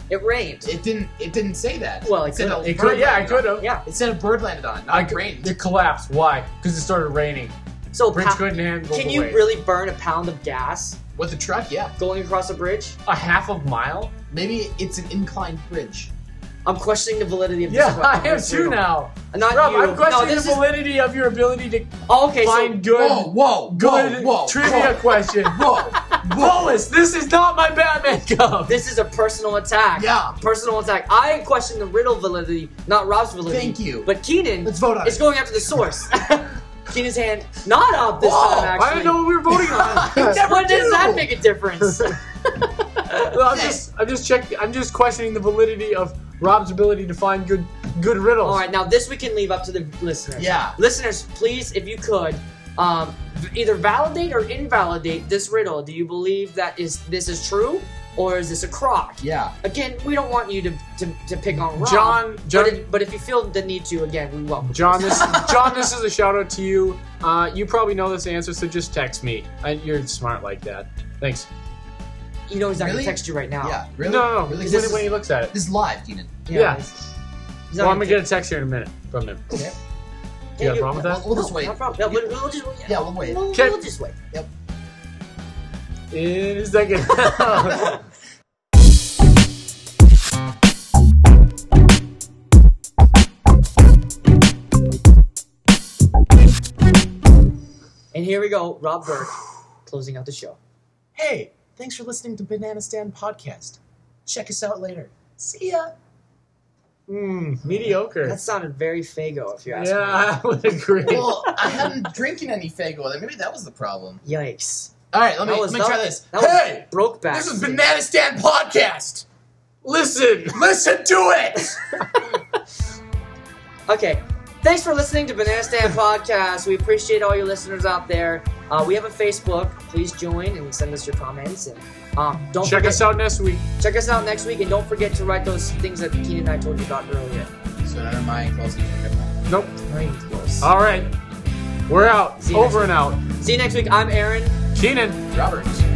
Speaker 2: It rained.
Speaker 3: It didn't. It didn't say that.
Speaker 2: Well, it
Speaker 3: said
Speaker 2: could've.
Speaker 3: a
Speaker 1: It
Speaker 3: bird
Speaker 1: could, yeah, I
Speaker 3: landed on
Speaker 1: could have.
Speaker 2: Yeah.
Speaker 3: It said a bird landed on it, not
Speaker 1: I
Speaker 3: it
Speaker 1: could,
Speaker 3: rained.
Speaker 1: it collapsed. Why? Because it started raining.
Speaker 2: So
Speaker 1: Bridge
Speaker 2: pa-
Speaker 1: couldn't handle
Speaker 2: can
Speaker 1: the
Speaker 2: you
Speaker 1: weight.
Speaker 2: really burn a pound of gas
Speaker 3: With the truck, yeah.
Speaker 2: going across a bridge?
Speaker 1: a half a mile?
Speaker 3: Maybe it's an inclined bridge.
Speaker 2: I'm questioning the validity of this.
Speaker 1: Yeah, I
Speaker 2: question.
Speaker 1: am too now.
Speaker 2: Not
Speaker 1: Rob,
Speaker 2: you.
Speaker 1: I'm questioning
Speaker 2: no,
Speaker 1: the
Speaker 2: this is.
Speaker 1: validity of your ability to
Speaker 2: Oh, okay,
Speaker 1: find
Speaker 2: so
Speaker 1: good,
Speaker 3: Whoa, whoa,
Speaker 1: good
Speaker 3: whoa, whoa,
Speaker 1: trivia question.
Speaker 3: Whoa, whoa,
Speaker 1: Lois, this is not my Batman cup.
Speaker 2: this is a personal attack.
Speaker 3: yeah.
Speaker 2: personal attack. I question the riddle validity, not Rob's validity.
Speaker 3: Thank you.
Speaker 2: But Keenan
Speaker 3: Let's vote on
Speaker 2: is
Speaker 3: it.
Speaker 2: going after the source. Keenan's hand not up this
Speaker 3: Whoa,
Speaker 2: time, actually.
Speaker 1: I didn't know what we were voting on.
Speaker 3: never
Speaker 2: When does
Speaker 3: do.
Speaker 2: that make a difference?
Speaker 1: Well, I'm just, I'm just checking. I'm just questioning the validity of Rob's ability to find good, good riddles.
Speaker 2: All right, now this we can leave up to the listeners.
Speaker 3: Yeah.
Speaker 2: Listeners, please, if you could, um, v- either validate or invalidate this riddle. Do you believe that is this is true, or is this a crock?
Speaker 3: Yeah.
Speaker 2: Again, we don't want you to, to, to pick on Rob.
Speaker 1: John- John-
Speaker 2: But if, but if you feel the need to, again, we welcome. you.
Speaker 1: John, this John, this is a shout out to you. Uh, you probably know this answer, so just text me. I, you're smart like that. Thanks.
Speaker 2: You know he's not
Speaker 3: Really?
Speaker 2: gonna text you right now.
Speaker 3: Yeah, really?
Speaker 1: No, no, no.
Speaker 3: Really?
Speaker 1: When,
Speaker 3: This,
Speaker 1: when he
Speaker 3: is,
Speaker 1: looks at it.
Speaker 3: this is live, Keenan.
Speaker 1: Yeah.
Speaker 2: he's- he's
Speaker 1: Well,
Speaker 2: not
Speaker 1: I'm gonna
Speaker 2: gonna
Speaker 1: get a text here in a minute from him.
Speaker 3: Okay.
Speaker 2: text-
Speaker 1: You got a
Speaker 2: Hey,
Speaker 1: problem with that?
Speaker 3: We'll, we'll just
Speaker 2: no,
Speaker 3: wait.
Speaker 2: No problem. No, we'll, we'll just wait.
Speaker 3: Yeah, we'll wait.
Speaker 2: We'll,
Speaker 1: Okay.
Speaker 2: we'll just wait.
Speaker 1: In a second.
Speaker 2: And here we go. Rob Burke closing out the show.
Speaker 3: Hey, thanks for listening to Banana Stand Podcast. Check us out later. See ya.
Speaker 1: mm, mediocre.
Speaker 2: That sounded very Fago, if you ask
Speaker 1: yeah, I would agree.
Speaker 3: Well, I haven't drinking any Fago. then Maybe that was the problem.
Speaker 2: me. Yikes.
Speaker 3: All right, let me,
Speaker 2: That was-
Speaker 3: let me try
Speaker 2: that-
Speaker 3: this.
Speaker 2: that was
Speaker 3: hey,
Speaker 2: Broke back.
Speaker 3: this is Banana Stand Podcast.
Speaker 1: Listen.
Speaker 3: Listen to it.
Speaker 2: Okay. Thanks for listening to Banana Stand Podcast. We appreciate all your listeners out there. Uh, we have a Facebook. Please join and send us your comments. And um, don't
Speaker 1: Check
Speaker 2: forget,
Speaker 1: us out next week.
Speaker 2: Check us out next week, and don't forget to write those things that Keenan and I told you about earlier.
Speaker 3: so none of my closing.
Speaker 1: Nope.
Speaker 2: Very close.
Speaker 1: All right. We're out.
Speaker 2: See you next
Speaker 1: Over and out.
Speaker 2: See you next week. I'm Aaron.
Speaker 1: Keenan.
Speaker 3: Roberts.